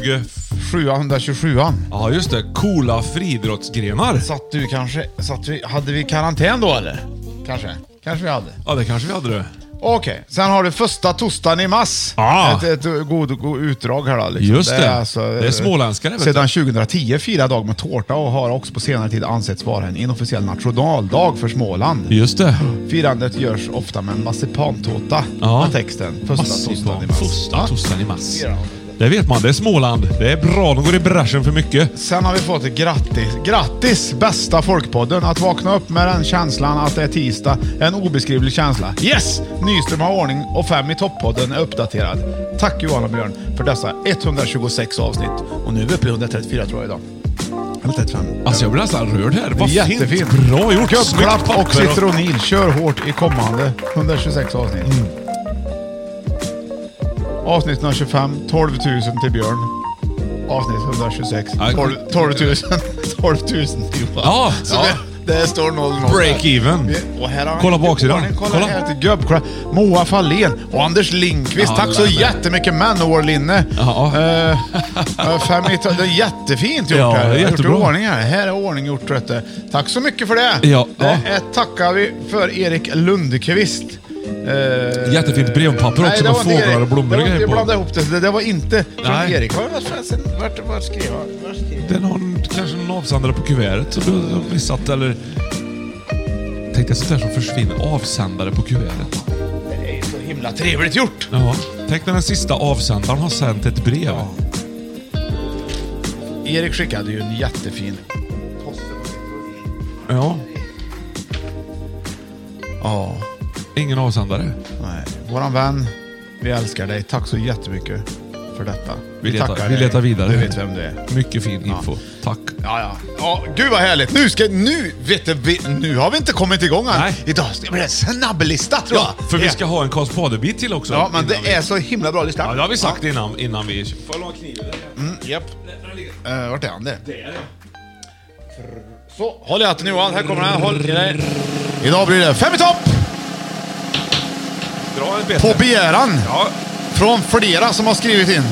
A: 727
B: Ja, just det. Coola friidrottsgrenar.
A: Satt du kanske... Satt vi, hade vi karantän då eller? Kanske. Kanske vi hade.
B: Ja, det kanske vi hade det.
A: Okej, sen har du första torsdagen i mass.
B: Ah.
A: Ett, ett god, god utdrag här då. Liksom.
B: Just det. Det är småländskare, vet
A: Sedan 2010 firar dag med tårta och har också på senare tid ansetts vara en inofficiell nationaldag för Småland.
B: Just det.
A: Firandet görs ofta med en marsipantårta
B: Ja.
A: med texten första torsdagen i mass.
B: Första
A: Ja.
B: torsdagen i mass.
A: Firande.
B: Det vet man. Det är Småland. Det är bra. De går i bräschen för mycket.
A: Sen har vi fått ett grattis. Grattis bästa Folkpodden! Att vakna upp med den känslan att det är tisdag, en obeskrivlig känsla. Yes! Nyström har ordning och fem i toppodden är uppdaterad. Tack Johan och Björn för dessa 126 avsnitt. Och nu är vi uppe i 134 tror jag idag. Eller 35.
B: Alltså jag blir nästan rörd här. Vad
A: Jättefint!
B: fint. Bra gjort. Snyggt
A: Gubbklapp och
B: papper.
A: citronil. Kör hårt i kommande 126 avsnitt.
B: Mm.
A: Avsnitt 125, 12 000 till Björn. Avsnitt 126,
B: Ja,
A: 12, 12 000. 12 000 till Johan.
B: Ja,
A: Så
B: ja.
A: Det, det står 0 0
B: Break even.
A: Och här har han-
B: Kolla baksidan.
A: Ordning, Mm. Kolla,
B: Kolla.
A: här till gubbklapp. Moa Fahlén och Anders Lindqvist.
B: Ja,
A: Tack så
B: det där.
A: jättemycket Manowar-linne.
B: Ja.
A: Eh, eh, fem i to- det är jättefint gjort
B: Ja,
A: här.
B: det är
A: Jag har gjort i
B: jättebra.
A: ordning ordning här. Här är ordning gjort vet du. Tack så mycket för det.
B: Ja,
A: det
B: ja.
A: Är, tackar vi för Erik Lundqvist. Eh,
B: Jättefint brevpapper
A: nej,
B: också
A: det
B: med
A: var inte
B: fåglar
A: Erik.
B: och blommor
A: Det var
B: och grejer
A: inte-
B: på.
A: blanda ihop det. Det, det var inte från
B: Nej.
A: Erik. Var, var, var, vart, vart skrev han? Vart skrev
B: Det är någon, kanske någon avsändare på kuvertet som du har missat eller... Tänkte jag sånt där som försvinner. Avsändare på kuvertet.
A: han? Det är så himla trevligt gjort.
B: Ja. Tänk när den sista avsändaren har sänt ett brev.
A: Erik skickade ju en jättefin post.
B: Ja.
A: Ja.
B: Ingen avsändare.
A: Nej. Våran vän, vi älskar dig. Tack så jättemycket för detta.
B: Vi letar-
A: tackar
B: vi
A: dig.
B: letar vidare.
A: Du vet vem du är.
B: Mycket fin info. Tack.
A: Ja, ja. ja gud vad härligt. Nu, ska, nu, vet du, vi, nu har vi inte kommit igång än.
B: Nej.
A: Idag ska det bli en snabblista tror jag.
B: För vi
A: Ja.
B: ska ha en Karls Fader-bit till också.
A: Ja, men
B: innan vi-
A: det är så himla bra lista.
B: Ja, det har vi sagt innan, innan vi... Får jag låna kniven?
A: Mm, japp. Eh, vart är han? Där. Så, håll i hatten Johan. Här kommer den. Håll i dig. Idag blir det Fem i topp!
B: Dra en bete.
A: På begäran.
B: Ja.
A: Från flera som har skrivit in.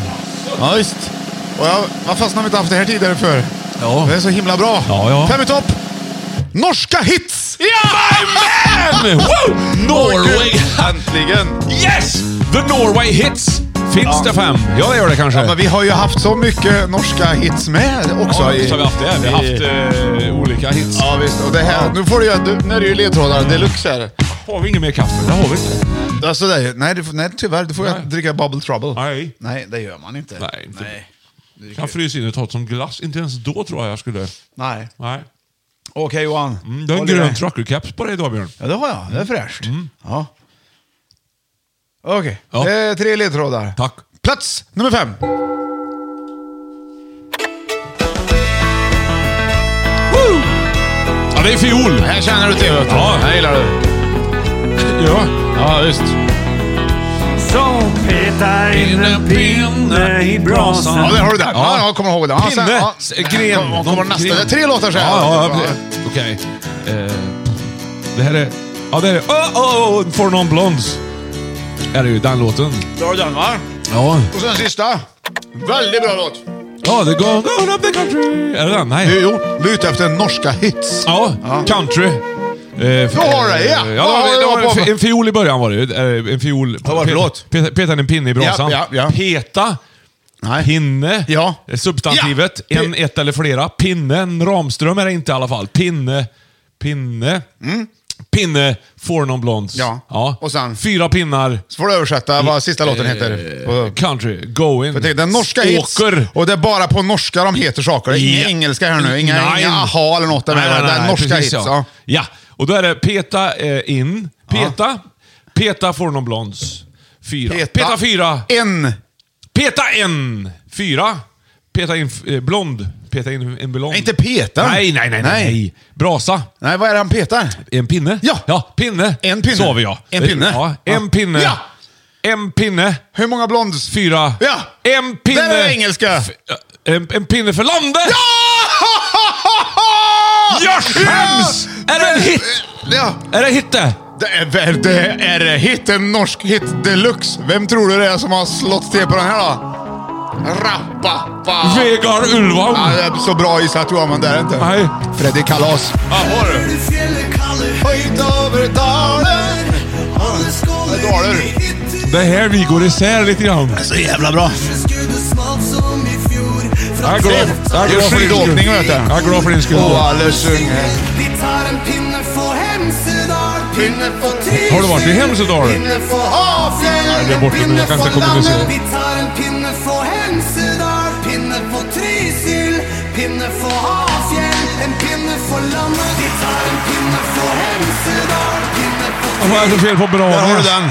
A: Ja, visst. Och jag, vad fasen har vi inte haft det här tidigare för?
B: Ja.
A: Det är så himla bra.
B: Ja, ja.
A: Fem i topp! Norska hits!
B: Jajamän! Woo! Norway!
A: Äntligen!
B: Yes! The Norway Hits! Finns det fem? Ja, det gör det kanske.
A: Ja, men vi har ju haft så mycket norska hits med också.
B: Ja,
A: i-
B: visst har vi haft det. Vi har
A: i-
B: haft eh, olika hits.
A: Ja, visst. Och det här, Nu får du ju... du- Nu är det ju ledtrådar deluxe här.
B: Har vi inget mer kaffe? Det har vi inte.
A: Alltså, det, är- nej, du, får- nej, tyvärr. Du får ju
B: Nej.
A: dricka Bubble Trouble.
B: Nej.
A: Nej, det gör man inte.
B: Nej, inte.
A: Nej. Du dricker-
B: Kan frysa in och ta det som glass. Inte ens då tror jag jag skulle...
A: Nej.
B: Nej.
A: Okej, Johan.
B: Mm, du har en
A: Håll i dig.
B: grön trucker-caps på dig idag, Björn.
A: Ja, det har jag. Det är fräscht. Ja. Okej,
B: Ja.
A: det är tre ledtrådar.
B: Tack.
A: Plats nummer fem.
B: Woo! Ja, det är fiol.
A: Här känner du till. vet du.
B: Ja.
A: Här gillar du.
B: Ja.
A: Ja, just.
C: Som petar in en pinne i brasan.
A: Ja, där har du den. Ja, jag kommer ihåg den. Ja, sen-
B: Pinne,
A: ja.
B: s- gren.
A: Kommer- kommer
B: någon
A: nästa.
B: gren.
A: Det är tre låtar sen.
B: Ja, ja, ja. Okej. Eh, det här är... Ja, det är... Oh, oh, oh, for non blondes. Är det ju, den låten.
A: Bra den va?
B: Ja.
A: Och sen sista. Väldigt bra låt.
B: Ja, the gone gone up the country. Är det den? Nej.
A: Jo, vi är ute efter norska hits.
B: Ja, country. Eh,
A: Då har det, ja.
B: eh,
A: Då har
B: ja
A: det
B: det
A: varit
B: var
A: på-
B: en, en fiol i början var det ju. Eh, En fiol...
A: Vad var det för
B: Peta-
A: låt?
B: Peta, peta in en pinne i brasan.
A: Ja, ja, ja.
B: Peta.
A: Nej.
B: Pinne.
A: Ja.
B: Eh, Substantivet.
A: Ja.
B: En, ett eller flera. Pinnen. Ramström är det inte i alla fall. Pinne. Pinne. Pinne. For non blondes.
A: Mm. Ja. Och sen?
B: Fyra pinnar.
A: Så får du översätta vad sista låten heter.
B: Eh, country. Going.
A: För tänk, den norska hits.
B: Åker.
A: Och det är bara på norska de heter saker. Det är Inga
B: Ja.
A: engelska här nu. Inga,
B: Nej.
A: inga aha eller något. där
B: Nej,
A: med.
B: nej,
A: det är
B: nej,
A: norska
B: precis,
A: hits.
B: Ja.
A: Ja.
B: ja, och då är det peta eh, in, peta, peta får någon blonds. Fyra. Peta, fyra.
A: En.
B: Peta en. Fyra. Peta in eh, blond. Peta in en blond.
A: Nej, inte peta.
B: Nej, nej, nej, nej. nej. Brasa.
A: Nej, vad är det han petar?
B: En pinne.
A: Ja.
B: ja pinne.
A: En pinne.
B: Så vi ja.
A: En pinne.
B: Ja, en
A: Ja.
B: pinne.
A: Ja.
B: En pinne.
A: Hur många blonds...
B: Fyra.
A: Ja.
B: En pinne.
A: Där är det engelska.
B: En, en pinne för landet. Jag skäms! Är det en hit?
A: Ja.
B: Är det hitte?
A: Det är, väl- det är det hit, en norsk hit deluxe. Vem tror du det är som har slått till på den här då? Rappappa!
B: Vegar Ulvang.
A: Ja, det är så bra gissat Johan, men det är det inte.
B: Nej.
A: Freddy Kalas.
B: Ja, har du?
A: Höjd över dalen
D: Alle skål
A: med daler.
B: Det är här vi går isär lite grann.
A: Så jävla bra.
B: Jag är glad, jag är
A: Det är
B: glad för din skull.
A: skidåkning, vet du.
B: Jag är glad för din skull.
A: Och alla sjunger.
B: Har du varit i Hemsedal?
A: Ja,
B: Jag är borta nu, jag kan inte komma ihåg att se.
D: Vi tar en pinne från Hemsedal, pinne från Trysil, pinne från Hafjäll, en pinne från landet. Vi tar en pinne från Hemsedal, pinne från
B: Vad är det fel på
A: Där har du
B: Branäs?
A: den.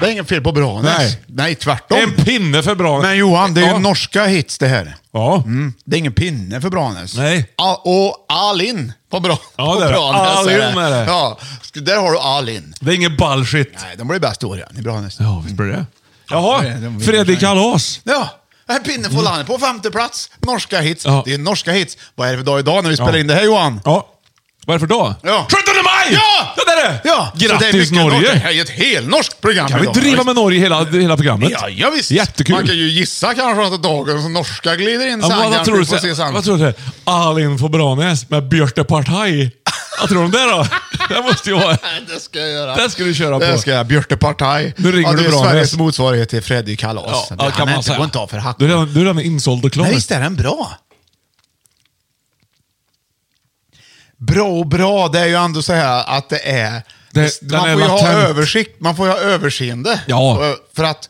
A: Det är inget fel på Branäs.
B: Nej.
A: Nej, tvärtom.
B: En pinne för Branäs.
A: Men Johan, det är ju
B: ja.
A: norska hits det här.
B: Ja.
A: Mm. Det är ingen pinne för Branäs.
B: Nej.
A: A- och all in på, bra-
B: Ja,
A: på
B: det är det.
A: Branäs.
B: All in är det.
A: Ja, sk- där har du all in.
B: Det är ingen bullshit.
A: Nej, de blir bäst i år igen i Branäs.
B: Ja, visst blir det.
A: det är
B: Jaha,
A: det. De-
B: Fredrik Kalas.
A: Ja, en pinne får landet på femte plats. Norska hits.
B: Mm. Ja.
A: Det är norska hits. Vad är det för dag idag när vi spelar
B: Ja.
A: in det här Johan?
B: Ja. Vad är det för dag?
A: Ja.
B: 17 maj!
A: Ja!
B: Ja, det är det!
A: Ja, så det är
B: Grattis
A: mycket norska. Det
B: Norge!
A: här är ett helnorskt program
B: Kan vi
A: idag.
B: driva med Norge hela, hela programmet?
A: Ja, ja, visst.
B: Jättekul.
A: Man kan ju gissa kanske att dagen som norska glider in
B: Ja,
A: sen.
B: vad, vad,
A: kanske
B: tror du,
A: vi får se
B: så-
A: sen.
B: vad tror du? Alin på Branäs med Björte Partaj. Vad tror du om det då? Det måste ju vara...
A: Nej, det ska jag göra.
B: Det ska du köra
A: Det
B: på.
A: ska jag. Björte Partaj.
B: Nu ringer
A: ja, det
B: du
A: är
B: bra
A: Sveriges
B: nu.
A: motsvarighet till Freddy Kalas. det
B: ja,
A: han
B: kan
A: är
B: man
A: inte
B: säga.
A: gå inte av för
B: Du är
A: hacken.
B: redan, du är redan insåld och klar.
A: Nej, visst är den bra? Bra och bra, det är ju ändå så här att det är...
B: Det- den
A: man får
B: är
A: ju ha
B: latent.
A: översikt, man får ju ha överseende.
B: Ja.
A: Ö, För att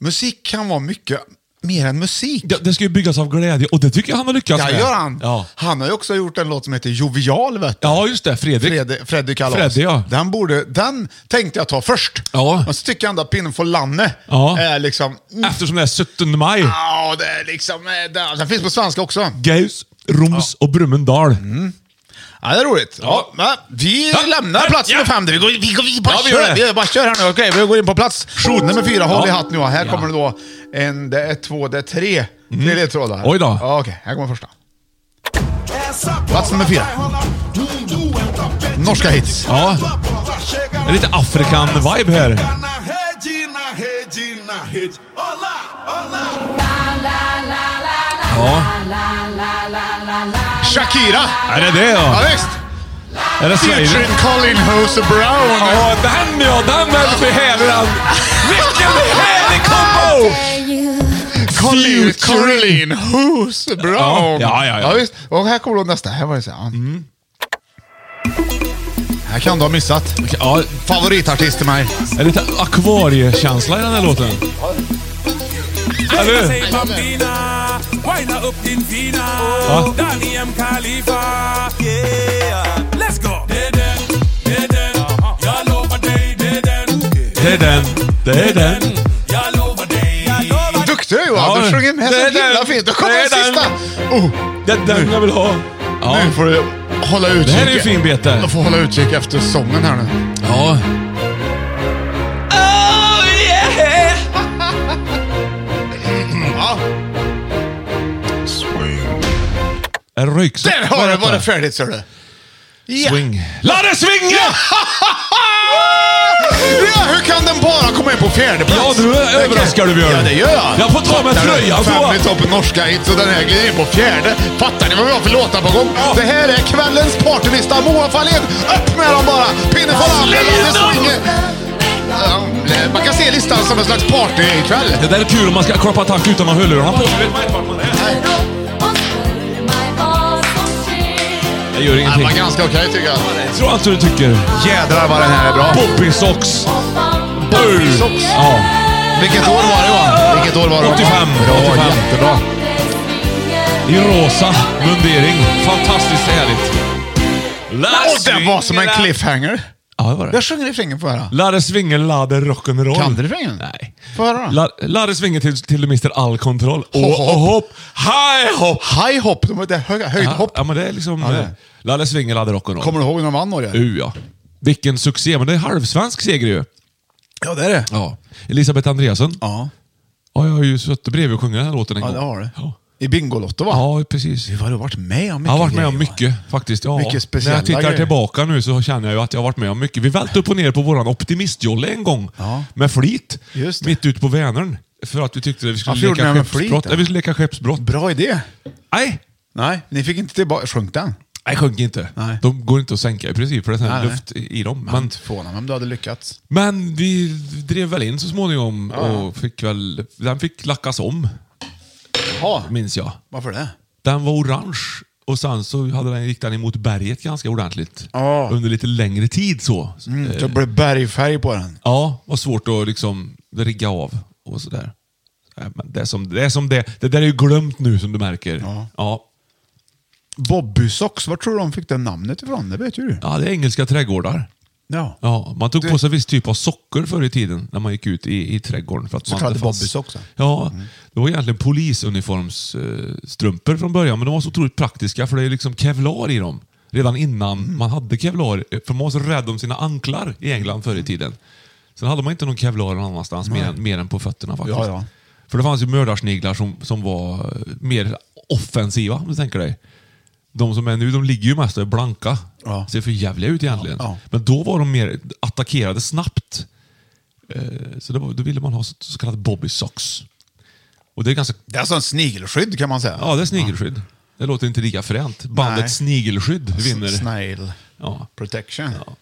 A: musik kan vara mycket mer än musik.
B: Ja, det ska ju byggas av glädje och det tycker jag han har lyckats
A: Ja,
B: med.
A: gör han.
B: Ja.
A: Han har ju också gjort en låt som heter Jovial, vet du.
B: ja, just det. Fredrik.
A: Freddy, Freddy Kalas.
B: Freddy, ja.
A: den, borde, den tänkte jag ta först.
B: Ja.
A: Men så tycker jag ändå att Pinnen får Lanne
B: Ja.
A: är liksom... Mm,
B: Eftersom det är 17 maj.
A: ja, det är liksom... eh, Den, den finns på svenska också.
B: Gaus, Roms och Brummendal.
A: Ja, det är roligt. Ja. men vi
B: Ja.
A: lämnar plats nummer fem. Vi, går, vi, går, vi, bara
B: Ja, vi gör
A: kör.
B: det.
A: vi bara kör här nu. Okej, vi går in på plats Shoot. nummer fyra. Håll
B: Ja.
A: i hatt nu. Här
B: Ja. Mm.
A: kommer det då en, det är två, det är tre. Tre ledtrådar.
B: Oj då.
A: Ja, Okej, här kommer första. Plats nummer fyra. Norska hits.
B: Ja. Det är lite Afrikan-vibe här. Ja.
A: Shakira.
B: Är det det
A: Ja,
B: ja?
A: visst.
B: Är det Sverige?
A: Featuring Colin Hose Brown.
B: Ja, den ja! Den är för härlig den! Vilken härlig kombo!
A: Colin,
B: Featuring.
A: Colin Hose Brown.
B: Ja, ja, ja, Mm. ja.
A: visst. Och här kommer då nästa. Här var det så här. Här kan du ha missat.
B: Ja,
A: Favoritartist till mig.
B: är det lite akvariekänsla i den här låten. Eller hur? Ja. Det är den. Det är den.
A: Duktig Johan.
B: Ja,
A: Du sjunger med så
B: det är
A: himla
B: den.
A: fint. Då kommer
B: Det
A: den
B: är
A: sista. Oh,
B: Det är den jag vill ha. Ja.
A: Nu får du hålla utkik.
B: Det här är ju fin bete.
A: Du får hålla utkik efter sången här nu.
B: Ja.
A: Ja.
B: En ryggsäck.
A: Där har
B: Vad
A: du.
B: heter
A: Var det
B: det?
A: färdigt ser du. Ja.
B: Swing. La det swinga!
A: Ah! Ja, hur kan den bara komma in på fjärde plats?
B: Ja, du är- överraskar du, Björn.
A: Ja, det gör jag.
B: Jag får ta med
A: Fattar du?
B: tröjan, så.
A: Fem i toppen norska hits och den här grejen på fjärde. Fattar ni vad vi har för låtar på gång? Det här är kvällens partylista. Moa Fahlén, upp med dem bara! Pinne för alla, det swinger. Ja, Man kan se listan som en slags partykväll.
B: Det där är kul om man ska klappa tack utan att ha hörlurarna på sig. Det gör
A: Det var
B: ingenting.
A: ganska okej tycker jag.
B: Jag tror inte du tycker.
A: Jädrar vad den här är bra.
B: Poppy socks. Boom.
A: Socks.
B: Ja.
A: Vilket år var det Johan? Vilket år var det?
B: 85.
A: Bra,
B: 85.
A: jättebra.
B: I rosa mundering. Fantastiskt härligt. La
A: Och det var som en
B: swinga.
A: cliffhanger.
B: Ja, det var det.
A: Jag sjunger refrängen på höra.
B: La det swinga, la det rock'n'roll.
A: Kan du refrängen?
B: Nej.
A: Få höra då.
B: La, la det swinga till, till du mister all kontroll.
A: Ho-
B: Och och hopp. High hopp.
A: High hop, de- det är höga, höjdhopp.
B: Ja, men det är liksom...
A: Ja, det är.
B: eh, La det swinga, la det rock'n'roll.
A: Kommer du ihåg när de vann Norge?
B: U, ja. Vilken succé, men det är halvsvensk seger ju.
A: Ja, det är det.
B: Ja. Elisabeth Andreasson.
A: Ja,
B: Ja, jag har ju suttit bredvid och sjungit den här låten en
A: ja
B: gång.
A: det har du.
B: Ja,
A: I Bingolotto va?
B: ja precis.
A: Du har du varit med om mycket
B: Jag har varit med om
A: grejer, va?
B: mycket faktiskt. Ja.
A: Mycket
B: När
A: speciella
B: jag tittar
A: grejer.
B: tillbaka nu så känner jag ju att jag har varit med om mycket. Vi välte upp och ner på våran optimistjolle en gång.
A: Ja.
B: Med flit.
A: Just det.
B: mitt ute på Vänern. För att vi tyckte att vi
A: Varför
B: skulle
A: gjorde ni
B: leka
A: med flit,
B: skeppsbrott.
A: då?
B: Nej, vi skulle leka skeppsbrott.
A: Bra idé.
B: Nej,
A: Nej, ni fick inte tillbaka... Sjönk den?
B: Nej, sjönk inte.
A: Nej.
B: De går inte att sänka i princip, för det är sån här
A: Nej, nej.
B: luft i dem.
A: Man
B: Men,
A: förvånar mig om du hade lyckats.
B: men vi drev väl in så småningom och fick väl... Den fick lackas om,
A: Ja,
B: minns jag.
A: varför det?
B: Den var orange. Och sen så hade den, gick den emot berget ganska ordentligt.
A: Ja.
B: Under lite längre tid så.
A: Mm, det blev bergfärg på den.
B: Ja, var svårt att liksom rigga av och sådär. Nej, Men det, är som, det, är som det, det där är ju glömt nu som du märker.
A: Ja.
B: Ja,
A: Bobby Socks, var tror du de fick det namnet ifrån? Det vet ju du.
B: Ja, det är engelska trädgårdar.
A: Ja.
B: Ja, man tog
A: Du-
B: på sig viss typ av socker förr i tiden när man gick ut i, i trädgården. För att
A: Så
B: man
A: kallade
B: inte fanns-
A: bobbysockor. Mm.
B: Ja, det var egentligen polisuniformsstrumpor från början, men de var så otroligt praktiska för det är liksom kevlar i dem. Redan innan
A: Mm.
B: man hade kevlar, för man var så rädd om sina anklar i England
A: Mm.
B: förr i tiden. Sen hade man inte någon kevlar någon annanstans mer än, mer än på fötterna faktiskt.
A: Ja, ja.
B: För det fanns ju mördarsniglar som, som var eh, mer offensiva, om du tänker dig. De som är nu, de ligger ju mest och är blanka.
A: Ja.
B: Ser för jävliga ut egentligen.
A: Ja.
B: Men då var de mer attackerade snabbt. Eh, Så det var, då ville man ha så, så kallade bobby socks. Och det är ganska...
A: Det är alltså en snigelskydd kan man säga.
B: Ja, det är snigelskydd. Det låter inte lika fränt. Bandet
A: Nej.
B: Snigelskydd vinner.
A: Snail
B: Ja.
A: protection.
B: Ja.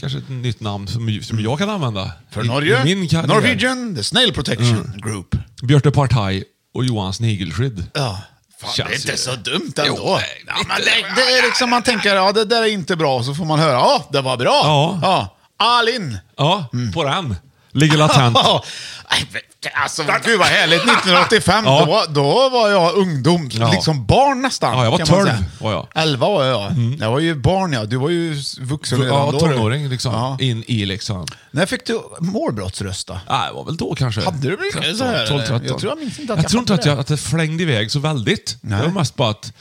B: Kanske ett nytt namn som, som jag kan använda.
A: För
B: i-
A: Norge,
B: I min Mm. karriär.
A: Norwegian, the Snail Protection Group.
B: Björte Partaj och Johan Snigelskydd.
A: Ja. Fan, det är
B: Känns
A: inte
B: ju-
A: så dumt
B: Jo,
A: ändå.
B: nej,
A: ja, men det, det är liksom, man tänker, ja det där är inte bra, så får man höra, ja det var bra.
B: Ja.
A: ja. All in.
B: Ja, på den. Ligger latent.
A: Mm. Ja. Nej, men det- Alltså, gud vad härligt. 1985,
B: Ja.
A: då, var- då var jag ungdom,
B: Ja.
A: liksom barn nästan.
B: Ja, jag var
A: kan man
B: 12
A: säga.
B: var jag. Mm.
A: 11 var jag. Jag var ju barn, ja. Du var ju vuxen
B: Ja,
A: då, du.
B: tonåring liksom.
A: Ja.
B: In i liksom.
A: När fick du målbrottsrösta?
B: Nej, det var väl då kanske.
A: Hade du blivit så här, eller? Jag tror jag minns inte att jag
B: tror inte
A: hade
B: att, jag,
A: det.
B: att det flängde iväg så väldigt.
A: Nej.
B: Det var mest bara att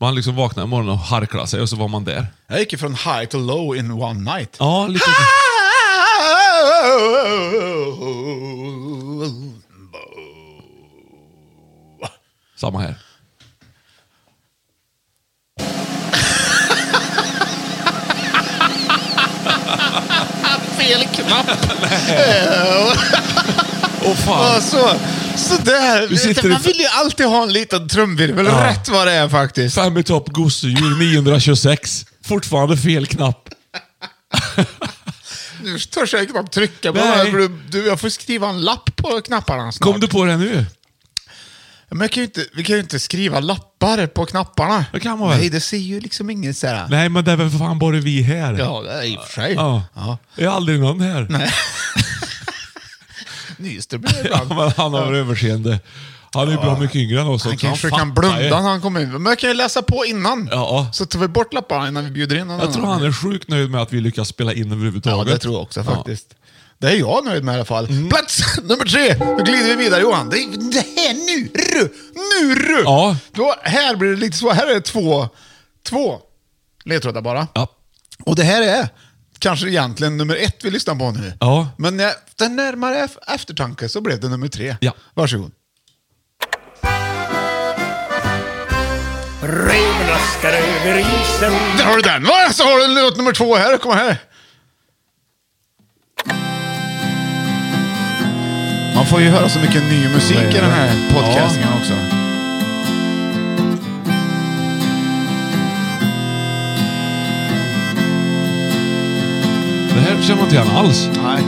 B: man liksom vaknade en morgon och harklade sig och så var man där.
A: Jag gick ju från high to low in one night.
B: Ja, lite samma här.
A: Fel knapp!
B: Åh fan.
A: Ja, så. Alltså, Så där.
B: Du sitter i-
A: Man vill ju alltid ha en liten trumvirvel,
B: Ja.
A: rätt vad det är faktiskt.
B: Fem i topp, gosedjur 926. Fortfarande fel knapp.
A: Nu törs jag knappt trycka på
B: Nej.
A: den här, för du, du, Jag får skriva en lapp på knapparna snart.
B: Kom du på det nu?
A: Men jag kan ju inte, vi kan ju inte skriva lappar på knapparna.
B: Det kan man väl?
A: Nej, det ser ju liksom ingen så här.
B: Nej, men det är väl för fan bara vi här.
A: Ja, det är i och för sig.
B: Ja.
A: Ja.
B: Det är aldrig någon här. Nej.
A: Nyström är
B: Ja,
A: ibland.
B: men han har väl överseende. Han är ju bra mycket yngre än oss
A: Han
B: också.
A: kanske
B: fattar
A: kan blunda
B: ju.
A: när han kommer in. Men jag kan ju läsa på innan.
B: Ja.
A: Så tar vi bort lapparna innan vi bjuder in någon
B: Jag tror
A: annan.
B: han är sjukt nöjd med att vi lyckas spela in
A: Ja,
B: överhuvudtaget.
A: det tror jag också faktiskt. Det är jag nöjd med i alla fall.
B: Mm.
A: Plats nummer tre! Nu glider vi vidare Johan. Det, det här nu! Ru, nu! Ru.
B: Ja.
A: Då, här blir det lite så. Här är det två, två ledtrådar bara.
B: Ja.
A: Och det här är kanske egentligen nummer ett vi lyssnar på nu.
B: Ja.
A: Men när- efter närmare eff- eftertanke så blev det nummer tre.
B: Ja.
A: Varsågod.
C: Röven raskar över isen.
A: Där har du den! Va? Så har du låt nummer två här. Kom här. Man får ju höra så mycket ny musik i den här podcastingen också.
B: Det här känner man inte igen alls.
A: Nej.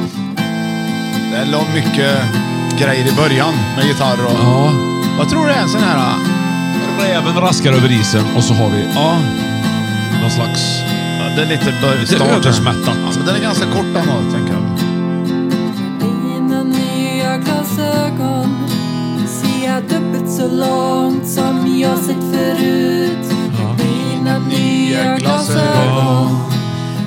A: Det är lång mycket grejer i början med gitarr och...
B: Ja.
A: Vad tror du är en sån här... äh,
B: Räven raskar över isen och så har vi
A: Ja,
B: någon slags...
A: ja det är lite
B: Det är
A: början.
B: översmättat.
A: Ja, men den är ganska kort ändå, tänker jag.
E: Dina nya glasögon ser jag dubbelt så långt som jag sett förut. Dina nya glasögon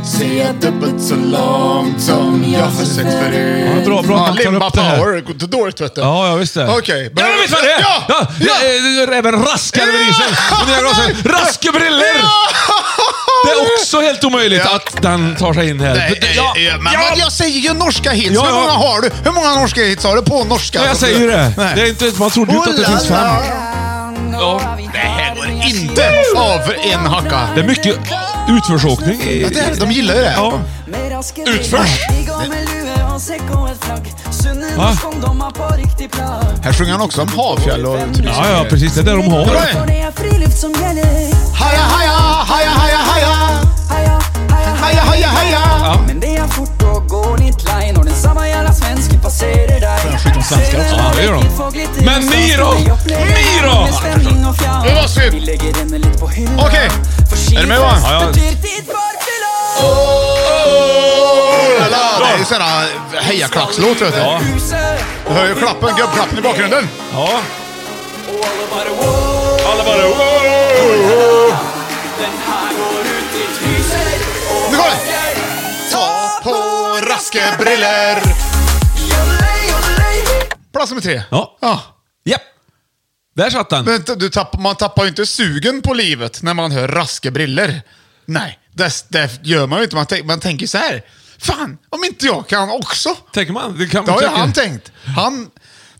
E: ser jag dubbelt så långt som jag har sett förut.
B: Ja, bra, bra. att man tar
A: Limba
B: upp det här.
A: power. Går inte dåligt vet du.
B: Ja, ja visst det.
A: Okej.
B: Ja, men visst var det!
A: Ja!
B: Ja! ja! Räven raskar över isen. Och nya glasögon. Raske briller! Det är också helt omöjligt
A: Ja.
B: att den tar sig in här.
A: Nej, ja,
B: ja,
A: ja, men
B: ja,
A: men jag säger ju norska hits.
B: Ja,
A: Hur
B: ja.
A: många har du? Hur många norska hits har du på norska?
B: ja, jag säger ju det.
A: Nej.
B: det är inte, man trodde ju inte att det
A: Oh la
B: finns
A: la.
B: fem.
E: Ja.
A: Det här går inte av för en hacka.
B: Det är mycket utförsåkning. i-
A: Ja, det är, det. de gillar ju det.
B: Ja.
A: Utförs.
B: Va?
A: Här sjunger han också om Hafjäll och turism.
B: Ja, ja, precis. Det är det de har.
A: Haja, haja, haja, haja,
B: Men ni då? Ni då?
A: Det var synd. Okej, är du med va?
B: Ja, ja.
A: Det är ju sån här hejaklackslåt vet du.
B: Ja.
A: Du hör ju klappen, gubbklappen i bakgrunden.
B: ja. Alla bara... "Wow!"
A: Nu går det! Ta på raskebriller. Plats nummer tre.
B: Ja.
A: ja.
B: Japp. Där satt den.
A: Men t- du tapp, man tappar ju inte sugen på livet när man hör raske briller. Nej, det, det gör man ju inte. Man, tänk, man tänker så här. Fan, om inte jag kan också.
B: Tänker man. Det, kan
A: Det
B: man
A: har ju
B: tänka.
A: han tänkt. Han,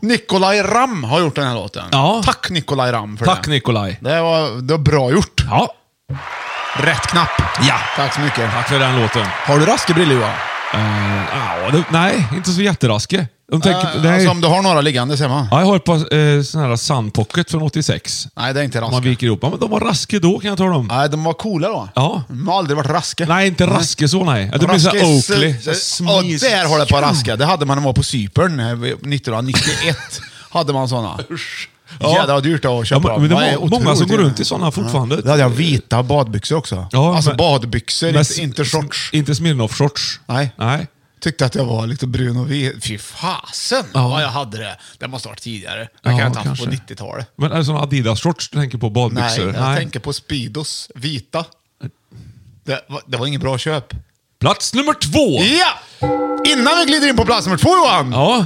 A: Nikolaj Ram har gjort den här låten.
B: Ja.
A: Tack Nikolaj Ram för
B: Tack
A: det.
B: Nikolaj.
A: Det var, det var bra gjort.
B: Ja.
A: Rätt knapp.
B: Ja.
A: Tack så mycket.
B: Tack för den låten.
A: Har du raske briller Johan?
B: Eh, ja, det, nej, inte så jätteraske. De tänker,
A: Äh,
B: nej.
A: alltså om du har några liggande hemma?
B: ja, jag har ett par eh, såna här Sunpocket från 86.
A: Nej, det är inte
B: Man
A: raske.
B: viker ihop. Ja, men de var raske då kan jag ta dem.
A: Nej, de var coola då.
B: Ja.
A: De har aldrig varit raske.
B: Nej, inte raske så nej. Ja, Det blir
A: Raske-
B: såhär Oakley. Så här
A: eh, Ja,
B: smis-
A: där har det på raska. Det hade man när man var på Cypern eh, 1991. hade man sådana.
B: Ja.
A: Jädrar vad dyrt det var att
B: Ja,
A: köpa.
B: men, men det
A: Vad är
B: är många
A: otroligt
B: som går
A: dyrt.
B: runt i sådana fortfarande.
A: Då hade jag vita badbyxor också.
B: Ja,
A: alltså
B: men-
A: badbyxor,
B: Men s-
A: inte, inte shorts.
B: Inte Smirnoff-shorts.
A: Nej.
B: Nej.
A: Tyckte att jag var lite brun och vit. Fy fasen
B: Ja.
A: vad jag hade det. Det måste ha varit tidigare. Jag
B: Ja,
A: kan inte ha haft på
B: kanske.
A: 90-talet.
B: Men är det sådana Adidas-shorts du tänker på?
A: Nej,
B: Badbyxor?
A: jag tänker på Speedos. Vita. Det, var- det var inget bra köp.
B: Plats nummer två!
A: Ja! Innan vi glider in på plats nummer två Johan!
B: Ja.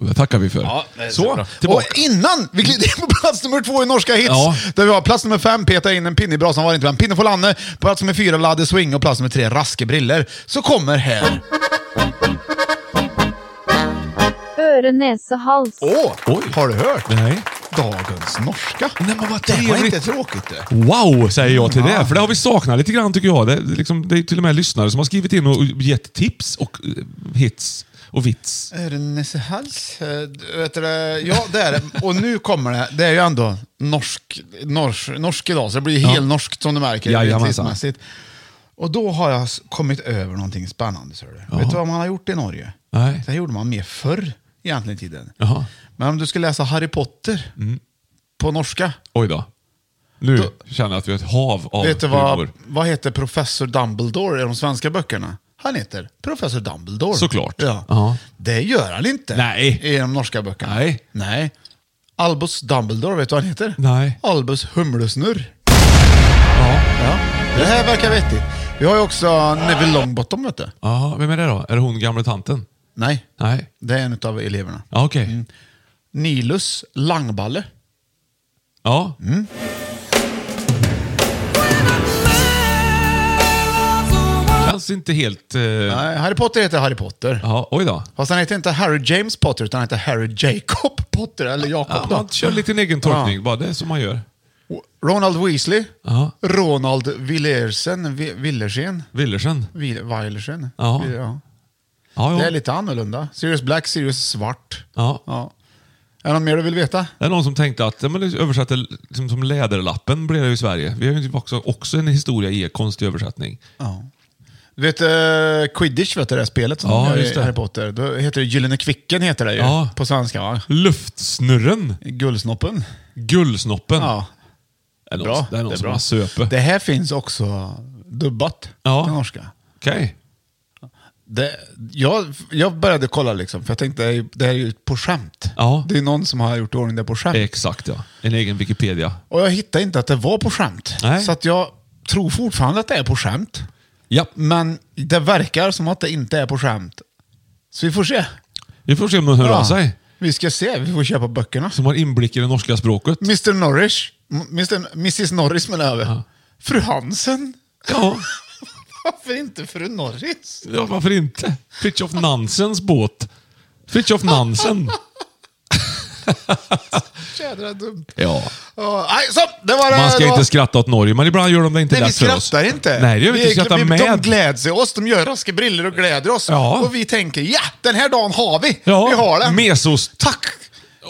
B: Det tackar vi för. så,
A: Och
B: tillbaka.
A: innan vi glider in på plats nummer två i norska hits,
B: Ja.
A: där vi har plats nummer fem, peta in en pinne i brasan var det inte vem, pinne får Lanne, plats nummer fyra, Ladde Swing och plats nummer tre, Raske Briller. Så kommer här...
F: Øre, nese, hals.
A: Åh!
B: Oj.
A: Har du hört?
B: Nej.
A: Dagens norska.
B: Nej, men vad
A: det var
B: trevligt.
A: inte tråkigt det.
B: Wow, säger jag till
A: Ja.
B: det. För det har vi saknat lite grann tycker jag. Det, är liksom, det är till och med lyssnare som har skrivit in och gett tips och eh, hits och vits.
A: Ernestehals, Eh, vet du det? Ja, det är det. Och nu kommer det. Det är ju ändå norsk, norsk, norsk idag, så det blir ju
B: Ja.
A: helnorskt som du märker
B: Jajamensan.
A: tidsmässigt. Och då har jag s- kommit över någonting spännande. Så du. Vet du vad man har gjort i Norge?
B: Nej.
A: Det här gjorde man mer förr egentligen i tiden.
B: Jaha.
A: Men om du ska läsa Harry Potter
B: Mm.
A: på norska,
B: Oj då. Nu känner jag att vi har ett hav av
A: vet du vad,
B: humor.
A: vad heter professor Dumbledore i de svenska böckerna? Han heter professor Dumbledore.
B: Såklart.
A: Ja.
B: Ja.
A: Det gör han inte
B: Nej.
A: i de norska böckerna.
B: Nej.
A: Nej. Albus Dumbledore, vet du vad han heter?
B: Nej.
A: Albus Humlesnurr. Ja. Det här verkar vettigt. Vi har ju också Neville Longbottom, vet du.
B: Ja, vem är det då? Är det hon gamla tanten?
A: Nej,
B: Nej.
A: det är en av eleverna.
B: Ja, okej.
A: Mm. Nilus Langballe. Mm.
B: Ja. känns inte helt... eh,
A: Nej, Harry Potter heter Harry Potter.
B: Ja, oj då.
A: Fast han heter inte Harry James Potter, utan han heter Harry Jacob Potter, eller
B: Ja,
A: Jacob då.
B: man kör lite en egen tolkning bara. Det är som man gör.
A: Ronald Weasley.
B: Ja.
A: Ronald Willersen. Vi- Willersen.
B: Willersen.
A: Wil- Willersen.
B: Ja.
A: Ja.
B: Ja, jo.
A: Det är lite annorlunda. Sirius Black, Sirius Svart.
B: ja.
A: Ja. Är det något mer du vill veta?
B: Det är någon som tänkte att ja, men det översatte liksom, som läderlappen blev det i Sverige. Vi har ju också, också en historia i konstig översättning.
A: Du vet eh, Quidditch, vet du, det här spelet som
B: Ja,
A: de gör
B: just
A: i
B: det.
A: Harry Potter? Då heter det Gyllene Kvicken heter det ju
B: Ja.
A: på svenska. Va?
B: Luftsnurren.
A: Guldsnoppen.
B: Gullsnoppen.
A: Ja,
B: det är någon,
A: bra.
B: Det är någon som
A: bra.
B: har söpe.
A: Det här finns också dubbat
B: Ja.
A: till norska.
B: Okej.
A: Det, jag, jag började kolla liksom, för jag tänkte det här är ju- det här är ju på skämt.
B: Ja.
A: Det är någon som har gjort i ordning det på skämt.
B: Exakt ja. En egen Wikipedia.
A: Och jag hittade inte att det var på skämt.
B: Nej.
A: Så att jag tror fortfarande att det är på skämt.
B: Ja.
A: Men det verkar som att det inte är på skämt. Så vi får se.
B: Vi får se om de hör
A: Ja.
B: av sig.
A: Vi ska se. Vi får köpa böckerna.
B: Som har inblick i det norska språket.
A: Mr Norris. M- Mr. Mrs Norris menar jag.
B: Ja.
A: Fru Hansen.
B: Ja.
A: Varför inte fru Norris?
B: ja, varför inte? Fritiof Nansens båt. Fritiof Nansen.
A: Jädra dumt.
B: Ja.
A: Ja, nej, så, det var det.
B: Man ska
A: det var...
B: inte skratta åt Norge, men ibland gör de det inte
A: Nej, vi
B: lätt för oss.
A: skrattar inte.
B: Nej, det gör vi inte. Vi skrattar
A: vi, De
B: med.
A: gläds i oss. De gör raska briller och gläder oss.
B: Ja.
A: Och vi tänker, ja, den här dagen har vi.
B: Ja,
A: Vi har den.
B: mesost.
A: Tack.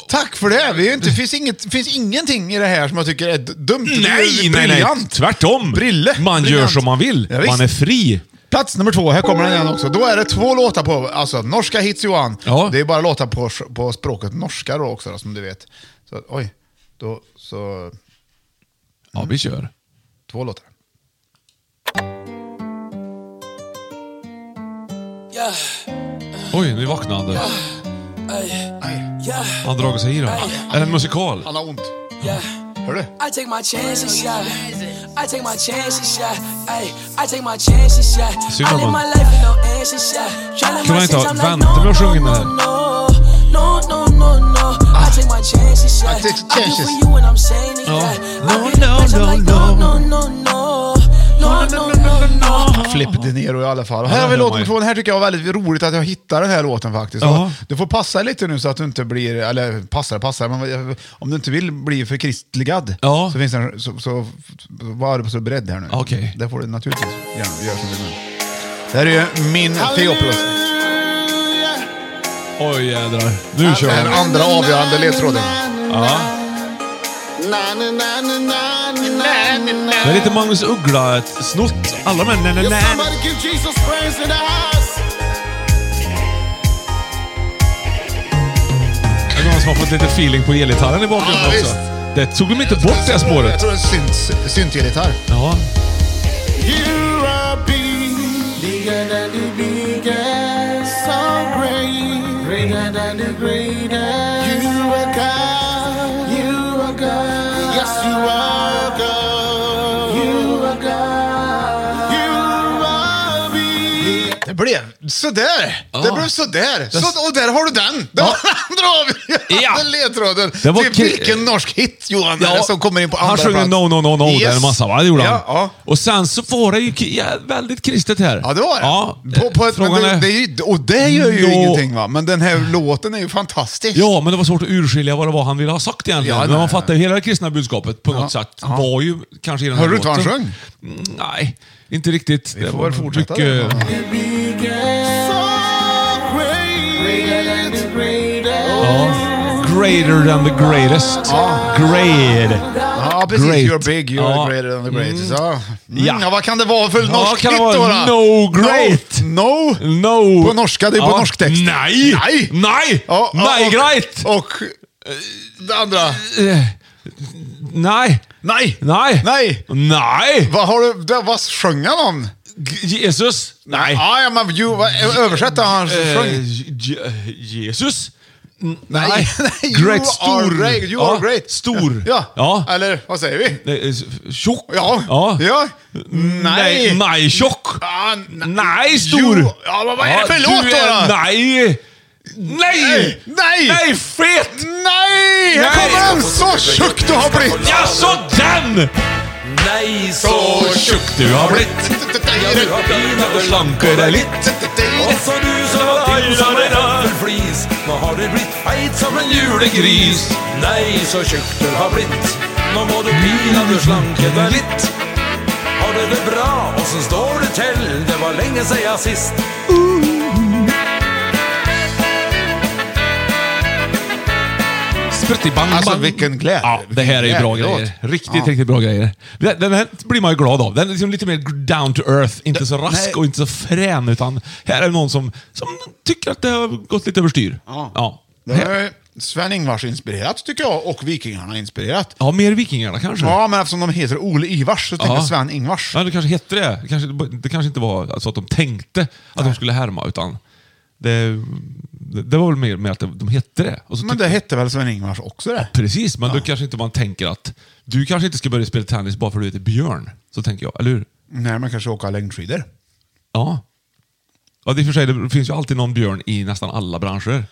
A: Tack för det. Vi är inte, finns inget, finns ingenting i det här som jag tycker är d- dumt. Det är
B: Nej,
A: ju
B: nej, nej.
A: briljant.
B: Tvärtom.
A: Brille.
B: Man gör
A: Briljant.
B: som man vill.
A: Ja, visst.
B: man är fri.
A: Plats nummer två, här kommer den igen också. Då är det två låtar på, alltså norska hits Johan.
B: Ja.
A: Det är bara låtar på, på språket norska då också då, som du vet. Så, oj, då så,
B: Ja, vi kör.
A: två låtar.
B: Oj, nu vaknade han. där. Han dragit sig i då. Är det en musikal?
A: Han har ont. Hör du?
G: I take my chances, yeah. I take my chances, yeah. Ay, I take my chances, yeah.
B: Synd
G: I
B: om
G: live my
B: han.
G: life with no answers, yeah. Tryna
B: Kan man inte
G: myself, I'm like,
B: vänta med att sjunga den här?
G: No, no, no, no, no. I take my chances, yeah.
A: I take
G: I do
A: chances.
G: for you when I'm saying it,
B: Ja.
G: yeah.
B: No,
G: I get
B: no,
G: it, I'm
B: no,
G: like,
B: no.
G: no, no, no. No, no, no, no.
A: Flipp De Niro i alla fall. Och
B: Ah. Ja,
A: här har vi
B: det
A: låt
B: var ju-
A: nummer två. Den här tycker jag var väldigt roligt att jag hittade den här låten faktiskt.
B: Ja.
A: Och Du får passa lite nu så att du inte blir, eller passar passar, men om du inte vill bli förkristligad
B: Ja.
A: så finns det en, så, så var så beredd här nu.
B: Okej.
A: Det får du naturligtvis gärna göra som du vill. Det här är ju min Theopolis.
B: Oj jädrar. Nu kör
A: Den
B: vi.
A: andra avgörande ledtråden.
B: Ja. Det är lite Magnus Uggla-snott. Alla de här nej, nej, nej. Det är någon som har fått lite feeling på elgitarren i bakgrunden
A: Ja,
B: också.
A: visst.
B: Det tog de inte bort det
A: Jag
B: spåret.
A: tror det är en synt- syntgitarr.
B: Ja.
A: Det blev sådär. Det blev sådär. Så, och där har du den. Det var den andra avgörande
B: Ah. Ja.
A: ledtråden.
B: Det var
A: till
B: ki-
A: vilken norsk hit Johan
B: Ja,
A: är det som kommer in på andra
B: Han sjöng ju
A: plats?
B: No, no, no, no. Det är
A: Yes.
B: en massa, va? Det gjorde han.
A: Ja, ja.
B: Och sen så var det ju ki- ja, väldigt kristet här.
A: Ja, det var det.
B: Ja.
A: på, på ett, men
B: Frågan
A: det,
B: är...
A: det är ju, och det gör ju
B: No.
A: ingenting va, men den här låten är ju fantastisk.
B: Ja, men det var svårt att urskilja vad det var han ville ha sagt egentligen.
A: Ja,
B: men
A: nej.
B: man fattar ju hela det kristna budskapet på något sätt.
A: ja.
B: Var ju kanske i den här
A: Hörde du inte vad han
B: låten.
A: sjöng?
B: Mm, Nej, inte riktigt.
A: Vi får väl fortsätta.
B: Mycket...
A: det.
B: Ja. Greater than the greatest.
A: Ja.
B: Great.
A: Ja, precis.
B: Great.
A: You're big, you're
B: Ja.
A: greater than the greatest.
B: Mm.
A: Ja. Mm.
B: Ja.
A: Ja. vad kan det vara för norsk
B: kan det
A: hit då?
B: vara?
A: då?
B: No great.
A: No. no.
B: No.
A: På norska, det är på norsk text.
B: Nej!
A: Nej.
B: Nej!
A: Ja, ja,
B: nej,
A: och-
B: grejt!
A: Och eh, det andra.
B: Nej!
A: Nej.
B: Nej!
A: Nej.
B: Nej!
A: Vad har du, det, vad sjöng han om?
B: G- Jesus? Nej.
A: Ja, ja, men ju, vad- översätt vad han
B: Eh,
A: sjöng.
B: Je- Jesus? N-
A: Nej, nej, you
B: Great,
A: are
B: stor.
A: great, you
B: Ja,
A: are great.
B: Stor.
A: Ja.
B: ja.
A: eller vad säger vi?
B: Nej, eh, s- Tjock?
A: Ja.
B: ja.
A: ja. Ah,
B: Nej, nej, tjock.
A: Ja, nej.
B: Nej, stor.
A: Jo, ja, men vad är det för låt
B: du
A: då
B: är-
A: då?
B: Nej. Nej!
A: Nej, nej.
B: Nej, fet!
A: Nej! Här
B: Nej.
A: kommer den! Så tjock du har blivit!
B: Jaså, den!
G: nej så tjock du har blitt. Ja, du har blivit och slanker dig litt. Och så du som har dyra dig navelflis. Nå har du blitt feit som en julegris. Nej så tjock du har blitt. Nå må du pina du slanker dig litt. Har du det bra och så står du till. Det var länge sedan jag sist.
B: Spruttibang,
A: Alltså,
B: bang.
A: vilken glädje.
B: Ja, det här är ju
A: Vilken
B: bra
A: jävla
B: grejer.
A: låt.
B: Riktigt,
A: Ja.
B: riktigt bra grejer. Den den här blir man ju glad av. Den är liksom lite mer down to earth. Inte så rask
A: nej.
B: och inte så frän, utan här är någon som, som tycker att det har gått lite överstyr.
A: Ja.
B: Ja,
A: Det är Sven-Ingvars inspirerat tycker jag, och Vikingarna inspirerat.
B: ja mer vikingarna kanske.
A: Ja, men eftersom de heter Ole Ivars så tänkte
B: Ja.
A: jag Sven-Ingvars.
B: Ja, det kanske hette det. Det kanske, det kanske inte var alltså, att de tänkte att de skulle härma, utan det, det, det var väl mer med att de, de hette det. Och så
A: Men
B: tyckte-
A: det hette väl Sven-Ingvars också det?
B: Precis, men då kanske inte man tänker att du kanske inte ska börja spela tennis bara för att du heter Björn. Så tänker jag, eller hur?
A: Nej, man kanske åka längdskidor.
B: Ja. Ja, det är för sig, det finns ju alltid någon Björn i nästan alla branscher.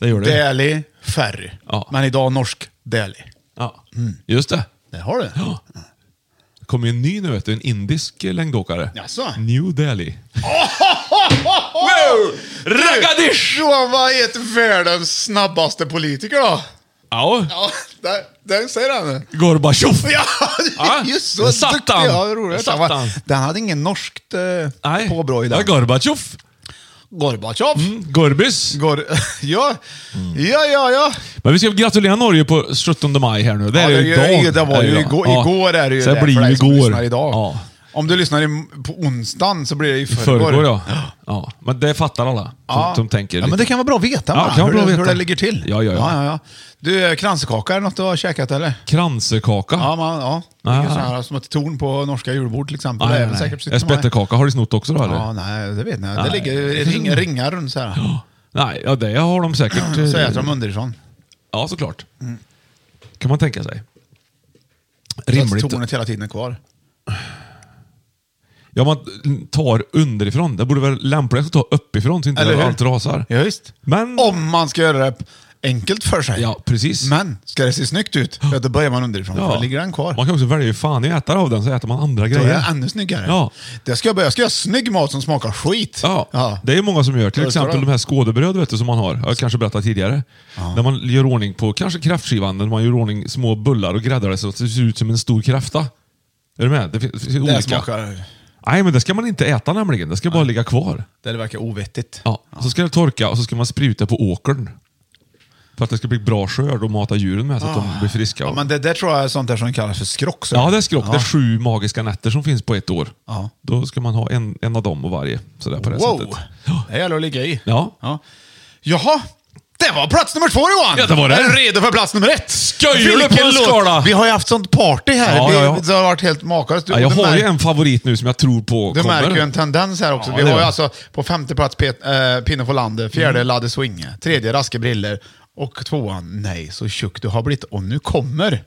B: Det gör det.
A: Däli, ferry.
B: Ja.
A: Men idag norsk Däli.
B: Ja. Just det.
A: Det har du.
B: Ja. Det kommer ju en ny nu, vet du, en indisk längdåkare.
A: Jaså?
B: New Delhi.
A: Wow!
B: Ragadish!
A: Johan, vad heter världens snabbaste politiker då?
B: Ja,
A: Ja, där, där säger han det.
B: Gorbatjov.
A: Ja,
B: Ja,
A: just så.
B: där satt
A: duktig.
B: han.
A: Ja, vad roligt.
B: Där
A: Han,
B: satt
A: var,
B: han.
A: den hade ingen norskt eh,
B: Nej.
A: påbrå i
B: Ja,
A: den.
B: Gorbatjov.
A: Gorbatjov.
B: Mm. Gorbis.
A: Gor ja.
B: Mm.
A: ja, ja, ja.
B: Men vi ska gratulera Norge på 17 maj här nu. Det
A: Ja,
B: är ju
A: det är ju-
B: idag.
A: det var ju
B: Det är idag.
A: igår.
B: Ja.
A: Igår är det ju
B: Så det
A: det
B: blir
A: för
B: ju
A: dig som lyssnar
B: igår.
A: idag.
B: Ja.
A: Om du lyssnar i, på onsdagen så blir det i
B: I
A: förrgår.
B: förrgår ja. ja. Men det fattar alla som,
A: Ja.
B: som tänker.
A: ja, men det
B: lite.
A: kan vara bra att veta,
B: Ja,
A: va?
B: det kan vara
A: hur,
B: bra
A: det,
B: att
A: hur
B: veta.
A: det ligger till.
B: Ja, ja, ja.
A: ja, Du, kransekaka, är det något du har käkat eller?
B: Kransekaka.
A: Ja, man, ja. Det
B: Ah.
A: är sådana här som ett torn på norska julbord till exempel.
B: nej,
A: det är
B: nej,
A: väl
B: nej.
A: säkert precis som här.
B: Spettekaka har du snott också då eller?
A: Ja, nej, det vet jag inte. Det
B: Nej.
A: ligger ring, ringar runt så här.
B: Nej, ja, det har de säkert.
A: Så äter de underifrån.
B: Ja, såklart. Kan man tänka sig.
A: Mm. Så att
B: Rimligt.
A: tornet hela tiden är kvar.
B: Ja, man tar underifrån. Det borde väl lämpligast att ta uppifrån så inte
A: Eller hur?
B: allt rasar.
A: Ja, visst.
B: Men...
A: Om man ska göra det enkelt för sig.
B: Ja, precis.
A: Men ska det se snyggt ut, ja, då börjar man underifrån.
B: Ja.
A: För då ligger den kvar.
B: Man kan också välja hur fan jag äter av den, så äter man andra
A: Då är
B: grejer.
A: det ännu snyggare.
B: Ja.
A: Det ska jag, börja. jag ska göra snygg mat som smakar skit.
B: Ja, det är ju många som gör. Till
A: Ja, det ska
B: exempel
A: de.
B: de här skådebröd vet du, som man har. Jag har kanske berättat tidigare. När man gör ordning på, kanske kräftskivan, när man gör ordning små bullar och gräddar det så att det ser ut som en stor kräfta. Är du med? Det finns, det finns
A: det
B: olika.
A: smakar...
B: Nej, men det ska man inte äta nämligen. Det ska bara ligga kvar.
A: Det verkar ovettigt.
B: Ja. Så ska det torka och så ska man spruta på åkern. För att det ska bli bra skörd och mata djuren med så att de blir friska.
A: Ah. Ja, men det där tror jag är sånt där som kallas för skrock. så.
B: Ja, det är skrock. Det
A: Ja.
B: är sju magiska nätter som finns på ett år.
A: Ja.
B: Då ska man ha en, en av dem och varje. Sådär på det
A: Wow!
B: sättet.
A: Det gäller att ligga i.
B: Ja.
A: Ja. Jaha, det var plats nummer två Johan!
B: Ja, det var det.
A: Är du redo för plats nummer ett?
B: Skojar du på
A: Vilken
B: en
A: låt?
B: skala?
A: Vi har ju haft sånt party här.
B: Ja,
A: Vi-
B: ja, ja.
A: Det har varit helt makalöst. Du-
B: Ja, jag
A: du
B: har ju
A: märker-
B: en favorit nu som jag tror på
A: Du
B: kommer.
A: märker ju en tendens här också.
B: Ja,
A: Vi
B: det Mm.
A: har ju
B: är-
A: alltså på femte plats Pet, eh, Pinne Folander, fjärde Ladde Swinge, tredje Raske Briller och tvåan Nej så tjock du har blivit. Och nu kommer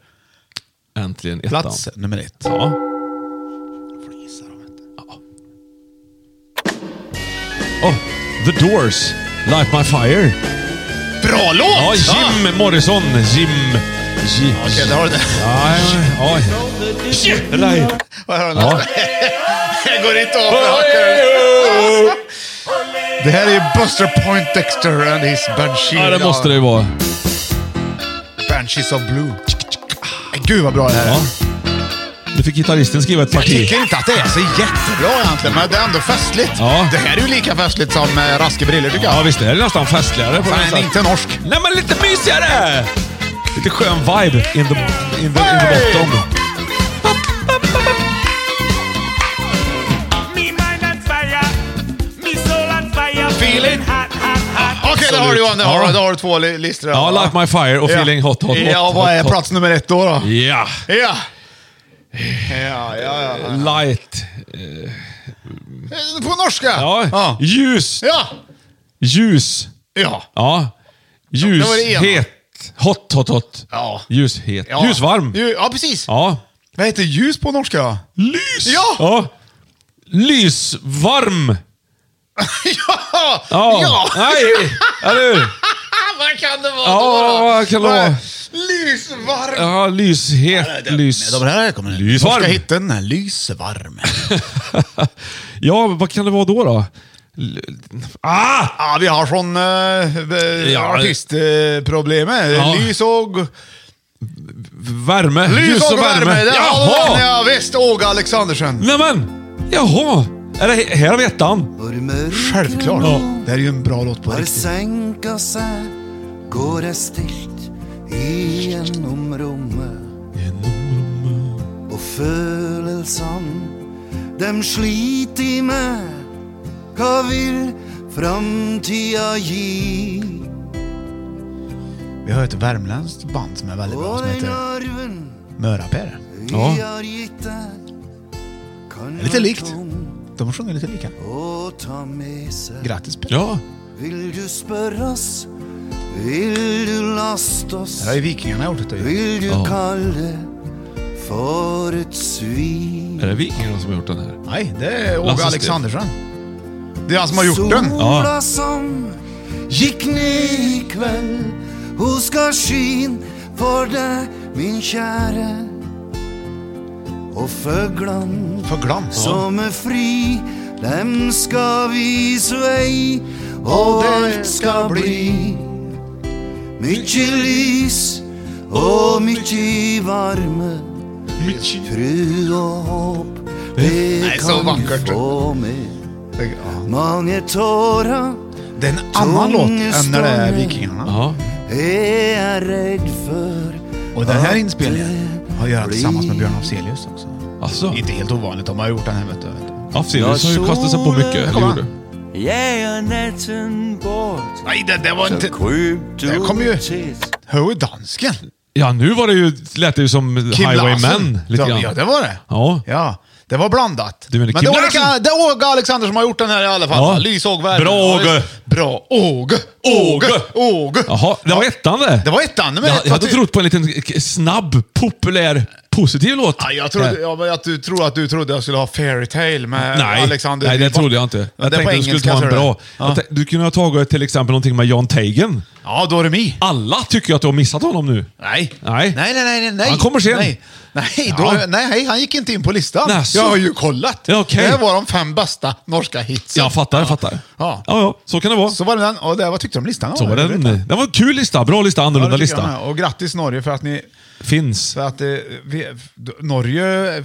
B: Äntligen ettan.
A: plats nummer ett.
B: Ja.
A: Får gissa då, vet du.
B: Oh, The Doors, Light My Fire.
A: Bra låt!
B: Ja, Jim Morrison. Jim... Jim.
A: Okej, där har du det.
B: Ja, ja, ja. Shit, nej.
A: Vad har du
B: Ja.
A: nästa? Det går inte av. Det här är ju Buster Poindexter and his Banshee.
B: Ja, det måste det ju vara.
A: Banshees of Blue. Gud vad bra det här är.
B: Ja. Nu fick gitarristen skriva ett
A: Jag
B: parti.
A: tycker inte att det är så jättebra egentligen, men det är ändå festligt.
B: Ja.
A: Det här är ju lika festligt som eh, Raske Briller tycker
B: Ja,
A: jag.
B: visst det är det nästan festligare på något
A: Fan,
B: sätt.
A: inte norsk.
B: Nej, men lite mysigare! Lite skön vibe in the, in the, in the
A: Hey!
B: bottom.
C: Me mind on fire, me soul on fire.
A: Feeling.
C: hot, hot, hot.
A: Okej, där har du Johan. Där har,
B: Ja.
A: du- där har du två li- listor.
B: Ja, Light My Fire och Feeling Hot, Hot, Hot.
A: Ja, vad är
B: hot, hot.
A: plats nummer ett då? då?
B: Ja.
A: Ja. Ja, ja, ja. Eh,
B: Light.
A: På norska?
B: Ja.
A: Ja.
B: Ljus.
A: Ja.
B: Ljus.
A: ja.
B: Ja.
A: Det var det ena.
B: Ljushet. Hot, hot, hot.
A: Ja.
B: Ljushet.
A: Ja.
B: Ljusvarm.
A: Ju- Ja, precis.
B: Ja.
A: Vad heter ljus på norska då?
B: Lys.
A: Ja.
B: Lysvarm.
A: ja!
B: Ja.
A: Ja!
B: Nej. Eller hur?
A: Vad kan det vara
B: Ja,
A: då? då?
B: vad kan det vara?
A: Lys. Lysvarm!
B: Ja, lyshet. Lys.
A: De här kommer nu.
B: Lysvarm.
A: Torska hitten. Lysvarm.
B: Ja, vad kan det vara då? då? L- Ah!
A: Ja, vi har sån eh,
B: Ja.
A: artistproblemet.
B: Ja.
A: Lys och...
B: Värme.
A: Lys och värme. Där har
B: Jaha!
A: vi den, ja, visst. Åge Alexandersen.
B: Nämen! Jaha! Är det, här har vi ettan.
A: Självklart.
B: Ja.
A: Det här är ju en bra låt på
D: Har
A: riktigt.
D: sänka sig går det stilt genom rummet. Och födelsen dem slit i mig. Vad vill framtida ge?
A: Vi har ett värmländskt band som är väldigt bra som
D: Och den
A: heter
D: arven
A: Mörapär.
B: Ja.
D: vi har gett dig kan
A: Det är lite
D: vara
A: likt.
D: tung
A: De sjunger lite lika.
D: att ta med sig.
A: Grattis Per.
B: Ja.
D: Vill du spöra oss? Vill du lasta oss?
A: Det har ju vikingarna gjort. Det, ju.
D: Vill du
B: Ja.
D: kalle för ett svin?
B: Är det vikingarna som har gjort den här?
A: Nej, det är Åge
B: Lasse
A: Alexandersson. Det är han som har gjort den.
D: Sola som gick ner ikväll och ska skin för dig min käre och fåglarna
A: För glans.
D: som är fri dem ska vi väg och allt ska bli mycket lys och mycket värme Fru och hopp det
A: Nej, så
D: kan
A: vackert.
D: få med
A: Det- ja.
D: många tårar
A: Det är en annan låt än när det är vikingarna.
B: Ja.
D: är jag rädd för
A: Och den här
D: att
A: inspelningen
D: det
A: har jag gjort tillsammans med
D: blir.
A: Björn Afzelius också.
B: Alltså.
A: Inte helt ovanligt, de har gjort den här vet du.
B: Afzelius har ju kastat sig på mycket.
A: Kom
B: Det
A: han.
B: gjorde.
H: Jägarnatten bort
A: Nej, det, det var inte...
H: kryp du
A: Där kommer ju-
H: till.
A: Hör dansken?
B: Ja, nu var det ju, lät det ju som
A: Kim
B: Highwaymen.
A: Larsen.
B: Lite
A: Ja, Ja,
B: grann.
A: det var det.
B: Ja.
A: Ja, det var blandat.
B: Du menar
A: Men
B: Kim
A: det, var
B: Larsen?
A: lika, det är Åge Alexander som har gjort den här i alla fall.
B: Ja.
A: Ja. Lysågvärlden.
B: Bra,
A: Ja,
B: Åge.
A: visst. Bra Åge! Åge! Åge!
B: Jaha, det var
A: Ja.
B: ettan det.
A: Det var ettan. typ. Men
B: jag, jag hade
A: fattar-
B: trott på en liten k- snabb, populär, positiv låt.
A: Ja, jag trodde,
B: Här.
A: ja, men att du trodde att du trodde jag skulle ha Fairy Tale med
B: Nej,
A: Alexander.
B: nej, det
A: Dybwad.
B: trodde jag inte.
A: Ja,
B: Jag
A: det är på
B: tänkte att du skulle ta
A: engelska,
B: en
A: ser du.
B: bra. Jag
A: Ja.
B: tänkte- Du kunde ha tagit till exempel någonting med John Tagen.
A: ja, då är det mi.
B: Alla tycker ju att du har missat honom nu.
A: Nej.
B: Nej.
A: nej, nej, nej, nej.
B: Han kommer sen.
A: Nej, nej, då,
B: Ja.
A: nej hej, han gick inte in på listan.
B: Nej, så.
A: Jag har ju kollat.
B: Ja, okej.
A: Det här var de fem bästa norska hitsen.
B: Jag fattar, jag fattar.
A: Ja.
B: ja, ja så kan det vara.
A: Så var det den. Och det, vad tyckte du om listan?
B: Så var
A: Jag vet
B: den.
A: inte.
B: Det var en kul lista. Bra lista,
A: Ja,
B: annorlunda
A: det tycker jag
B: lista.
A: med. Och grattis Norge för att ni...
B: Finns.
A: För att eh, vi, Norge...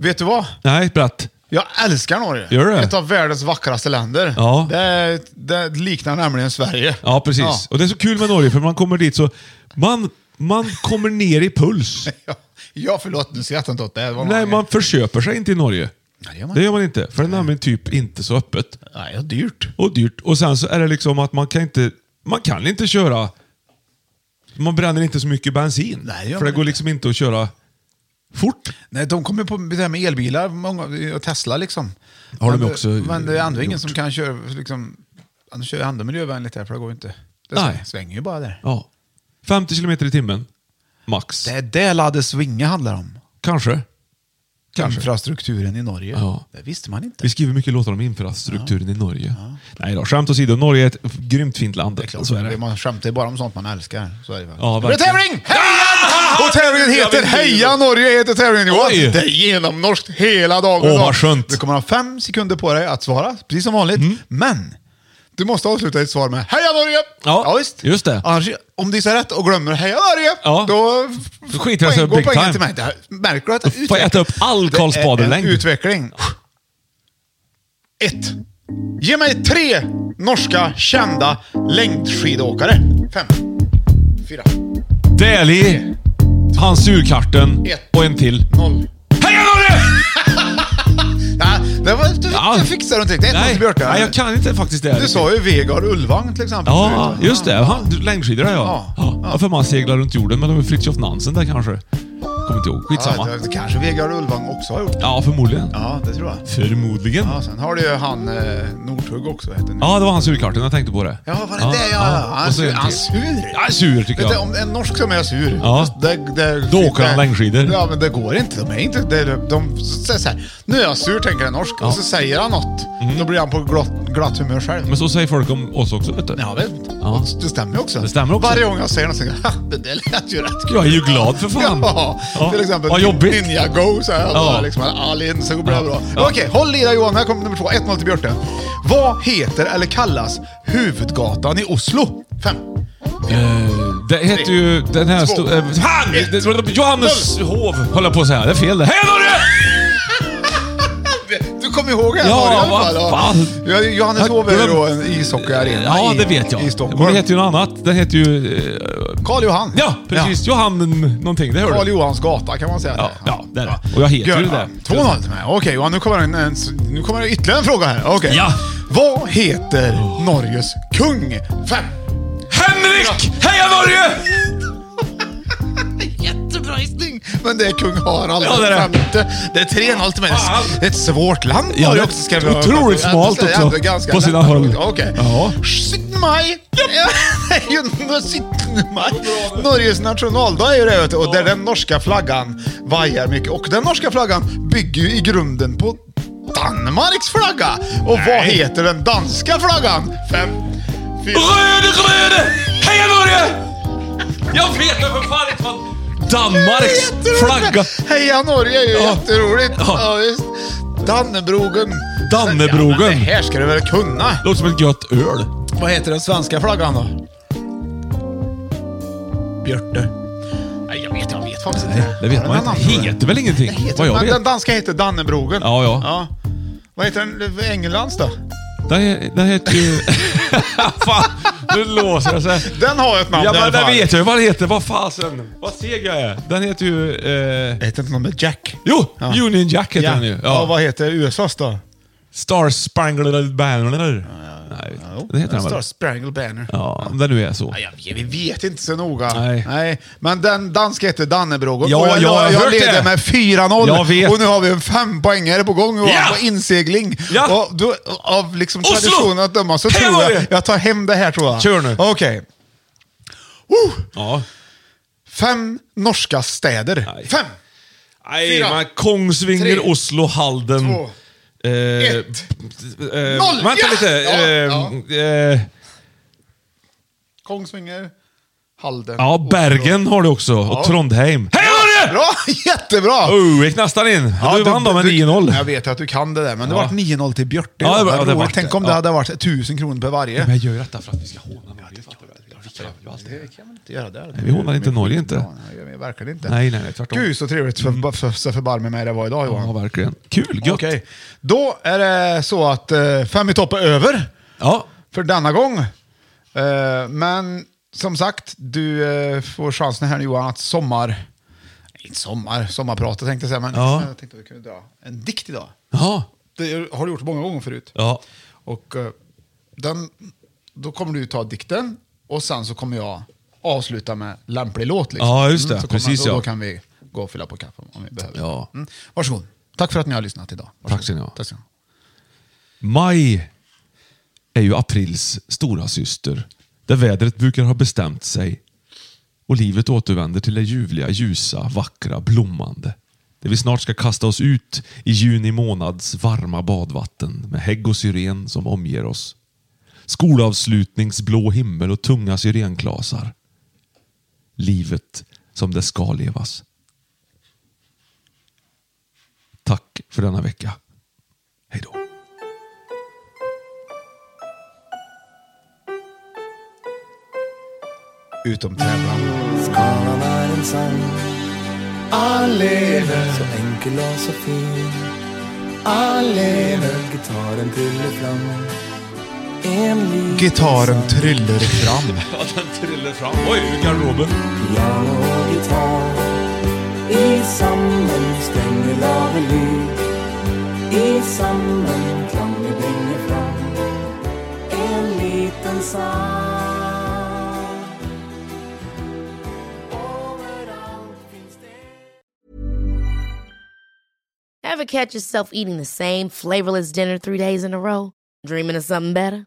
A: Vet du vad?
B: Nej, berätt.
A: Jag älskar Norge.
B: Gör du det?
A: Ett av världens vackraste länder.
B: Ja.
A: Det, det liknar nämligen Sverige.
B: Ja, precis. Och det är så kul med Norge, för man kommer dit så... Man, man kommer ner i puls.
A: Ja. ja, förlåt. Nu skrattar jag inte åt det. det var någon
B: Nej,
A: annan
B: man förköper sig inte i Norge.
A: Nej, det gör man
B: Det gör man inte, för det är nämligen typ inte så öppet.
A: grej. Nej, det är dyrt.
B: Och dyrt. Och sen så är det liksom att man kan inte... Man kan inte köra... Man bränner inte så mycket bensin.
A: Nej, det gör
B: för det
A: man
B: går
A: inte.
B: liksom inte att köra fort.
A: Nej, de kommer på det här med elbilar många, och Tesla liksom.
B: Har de
A: men,
B: också
A: men det är ändå ingen
B: gjort.
A: som kan köra... Liksom, de kör ju ändå miljövänligt här, för det går ju inte. Det
B: Nej.
A: svänger ju bara där.
B: Ja. 50 kilometer i timmen. Max.
A: Det är det Ladde Svinge handlar om.
B: Kanske. Kanske.
A: Infrastrukturen i Norge.
B: Ja.
A: Det visste man inte.
B: Vi skriver mycket låtar om infrastrukturen i Norge. Nej då, skämt åsido. Norge är ett f- grymt fint land. så är det.
A: Man skämtar ju bara om sånt man älskar. Så är det faktiskt.
B: Ja,
A: Nu är det
B: verkligen.
A: tävling! Heja! Och tävlingen heter Heja Norge heter tävlingen Johan.
B: Oj!
A: Det är genomnorskt hela dagen.
B: Åh, vad skönt. Mm.
A: Du kommer ha fem sekunder på dig att svara, precis som vanligt. Men du måste avsluta ditt svar med Heja Norge!
B: Ja, just det.
A: Annars, om du gissar rätt och glömmer Heja Norge,
B: Ja.
A: då
B: Då skiter jag sig
A: poäng- går
B: big
A: poängen
B: time.
A: till mig. Det här- Märker du att det är
B: Då får jag äta upp all
A: Det är
B: Karls Spaderlängd.
A: en utveckling. Ett. Ge mig tre norska kända längdskidåkare. Fem, fyra,
B: Däli, Hans Urkarten
A: Ett.
B: och en till.
A: noll.
B: Heja Norge!
A: Nej, det var, du, du fixar du inte riktigt. Det är
B: Nej,
A: inte Björte.
B: nej, jag kan inte faktiskt det.
A: Du sa ju Vegard Ulvang till exempel.
B: Ja,
A: förut.
B: just det. Han, längdskidor ja.
A: Ja.
B: ja. ja. För man seglar runt jorden. Men det var Fritiof Nansen där kanske. Kommer inte ihåg. Skitsamma.
A: Ja, det kanske Vegard Ulvang också har gjort.
B: Ja, förmodligen.
A: Ja, det tror jag.
B: Förmodligen.
A: Ja, sen har du ju han eh, Nordhugg också. Heter han.
B: Ja, det var han surkarten. Jag tänkte på det.
A: Ja, var det det? Ja, han,
B: Och så-
A: sur, han sur.
B: Ja, sur tycker
A: Vet du,
B: jag.
A: om en norsk som är sur,
B: Ja.
A: det, det,
B: Då åker han
A: det-
B: längdskidor.
A: Ja, men det går inte. De är inte... De, de, de säger så här, nu är jag sur, tänker en norsk. Och så säger han något.
B: Mm.
A: Då blir han på glatt, glatt humör själv.
B: Men så säger folk om oss också, vet du.
A: Ja, vet,
B: Mm. Ja.
A: det stämmer ju också.
B: Det stämmer också.
A: Varje gång jag säger något så tänker jag, "Ha, det där lät ju rätt kul."
B: Jag är ju glad för fan.
A: Ja,
B: Ja.
A: till exempel
B: Vad jobbigt.
A: Ninjago så här,
B: Ja.
A: bara liksom, Alin, så går det
B: Ja.
A: bra.
B: Ja.
A: Okej, håll i dig Johan, här kommer nummer två. 1-0 till Björte. Vad heter eller kallas huvudgatan i Oslo? Fem.
B: Eh, det heter ju den här...
A: Två.
B: Sto- eh, han! Det var Johannes Hov höll jag på att säga. Det är fel det. Hej Norge!
A: Du kommer ihåg det här
B: Ja,
A: var det i alla
B: vad
A: fall.
B: fan.
A: Ja, Johannes
B: Ja,
A: Håber är
B: men-
A: då en ishockeyarena
B: Ja,
A: i-
B: det vet jag.
A: i
B: Men det
A: Stockholm.
B: heter ju något annat. Den heter ju... eh,
A: Karl Johan.
B: ja, precis. Johan någonting. Det hör
A: Karl
B: du.
A: Johans gata kan man säga.
B: Ja, ja, det är det. Och jag heter ju
A: Gör-
B: det.
A: 2-0 till mig. Okej Johan, nu kommer, en, en, nu kommer det ytterligare en fråga här. Okej.
B: Ja.
A: Vad heter Norges kung? Fem.
B: Henrik! Heja Norge!
A: Jättebra gissning! Men det är kung Harald
B: Ja, det är det.
A: femte. Det är 3-0 till mig.
B: Fan.
A: Det är ett svårt land.
B: Ja,
A: Norge
B: det är
A: också, ska vi ha-
B: otroligt
A: Ja,
B: smalt
A: det är
B: också.
A: ändå ganska
B: På sina
A: lätt.
B: håll.
A: Okej.
B: Ja.
A: 17 maj. Ja, det är ju no- 17 maj. Norges nationaldag är ju det vet du. och där den norska flaggan vajar mycket. Och den norska flaggan bygger ju i grunden på Danmarks flagga. Och vad heter den danska flaggan? Fem, fyra...
B: Röde, röde! Heja Norge! Jag vet det för fan inte vad... Danmarks
A: Jätteroligt.
B: flagga.
A: Heja Norge är ju
B: Ja.
A: jätteroligt.
B: Ja.
A: Ja, visst. Dannebrogen.
B: Dannebrogen.
A: Ja, men det här ska du väl kunna?
B: Låter som ett gött öl.
A: Vad heter den svenska flaggan då? Björte. Nej, jag vet, jag vet faktiskt inte.
B: Det vet
A: Har
B: man
A: den
B: inte.
A: annan?
B: Heter väl ingenting?
A: Den heter-
B: Vad jag
A: men
B: vet.
A: Den danska heter Dannebrogen.
B: Ja, ja.
A: Vad heter den Englands då?
B: Den, he- den heter ju... fan, nu låser jag sig.
A: Den har ett namn
B: Ja
A: i alla
B: men det
A: fall.
B: vet jag ju vad den heter. Vad fasen. Vad seg jag är. Den heter ju... Eh,
A: Heter inte någon med Jack?
B: jo!
A: Ja.
B: Union Jack heter den ju.
A: Ja. ja, vad heter USAs då?
B: Star Spangled Banner. Nej, det heter den
A: Star
B: väl?
A: Spangled Banner.
B: Ja, om det nu är så.
A: Ja, jag- vi vet inte så noga.
B: Nej.
A: Men den danska heter Dannebrogen.
B: Ja,
A: Och
B: ja, jag har
A: jag,
B: hört
A: leder
B: det.
A: med 4-0
B: Jag vet.
A: och nu har vi en fempoängare på gång och
B: Ja!
A: på insegling.
B: Ja.
A: Och då, av liksom
B: Oslo!
A: tradition att döma så
B: Hej,
A: tror jag...
B: Norge!
A: Jag tar hem det här tror jag.
B: Kör nu.
A: Okej. Oh,
B: Ja.
A: fem norska städer.
B: Nej.
A: Fem,
B: Nej,
A: Fyra.
B: men Kongsvinger,
A: Tre.
B: Oslo, Halden.
A: två,
B: eh,
A: ett.
B: eh,
A: Noll!
B: Vänta
A: Ja!
B: lite.
A: Ja,
B: eh, eh,
A: Kongsvinger, Halden.
B: ja,
A: Oslo.
B: Bergen har du också.
A: Ja.
B: Och Trondheim. Hej Norge!
A: Bra, jättebra!
B: Oh, gick nästan in. du vann då med
A: du-
B: 9-0.
A: Jag vet att du kan det där, men det
B: Ja.
A: vart 9-0 till Björte.
B: Ja, det var-
A: Vad
B: ja, det
A: roligt.
B: vart
A: Tänk
B: det.
A: om det
B: Ja.
A: hade varit 1000 kronor per varje.
B: Men jag gör detta för att vi ska håna Norge. fattar du väl? Vi kan ju alltid-
A: Det kan man inte göra där.
B: vi hånar inte Norge, inte.
A: Ja, nej, vi- verkligen inte.
B: Nej, nej, nej, tvärtom. Mm.
A: Gud så trevligt för, för, för förbarme mig det var idag
B: Ja,
A: Johan.
B: verkligen. Kul, gött.
A: Okej, då är det så att eh, Fem i topp är över
B: Ja.
A: för denna gång. Eh, men som sagt, du eh, får chansen här nu Johan att sommar... nej, Inte sommar, sommarprata tänkte jag säga, men
B: Ja.
A: jag tänkte att vi kunde dra en dikt idag.
B: Jaha.
A: Det har du gjort många gånger förut.
B: Ja.
A: Och eh, den, då kommer du ta dikten och sen så kommer jag avsluta med lämplig låt. Liksom.
B: Ja, just det.
A: så kommer-
B: Precis,
A: och Då
B: ja.
A: kan vi gå och fylla på kaffe om vi behöver.
B: Ja.
A: Mm. Varsågod. Tack för att ni har lyssnat idag. Varsågod.
B: Tack ska ni ha.
A: Tack ska ni ha.
B: Maj är ju aprils stora syster. Där vädret brukar ha bestämt sig. Och livet återvänder till det ljuvliga, ljusa, vackra, blommande. Där vi snart ska kasta oss ut i juni månads varma badvatten med hägg och syren som omger oss. Skolavslutningsblå himmel och tunga syrenklasar. Livet som det ska levas. Tack för denna vecka. Hej då.
A: Utom tävlan.
H: Skalan är en sang Allene Så enkel och så fin Allene Gitarren triller fram En liten
A: Gitarren tryller fram.
B: Ja, den trillar fram. Oj, ur garderoben.
H: Piano och gitarr I samman stänger lavelin I samman klangen brinner fram En liten sang Overallt finns det
I: Ever catch yourself eating the same flavorless dinner three days in a row? Dreaming of something better?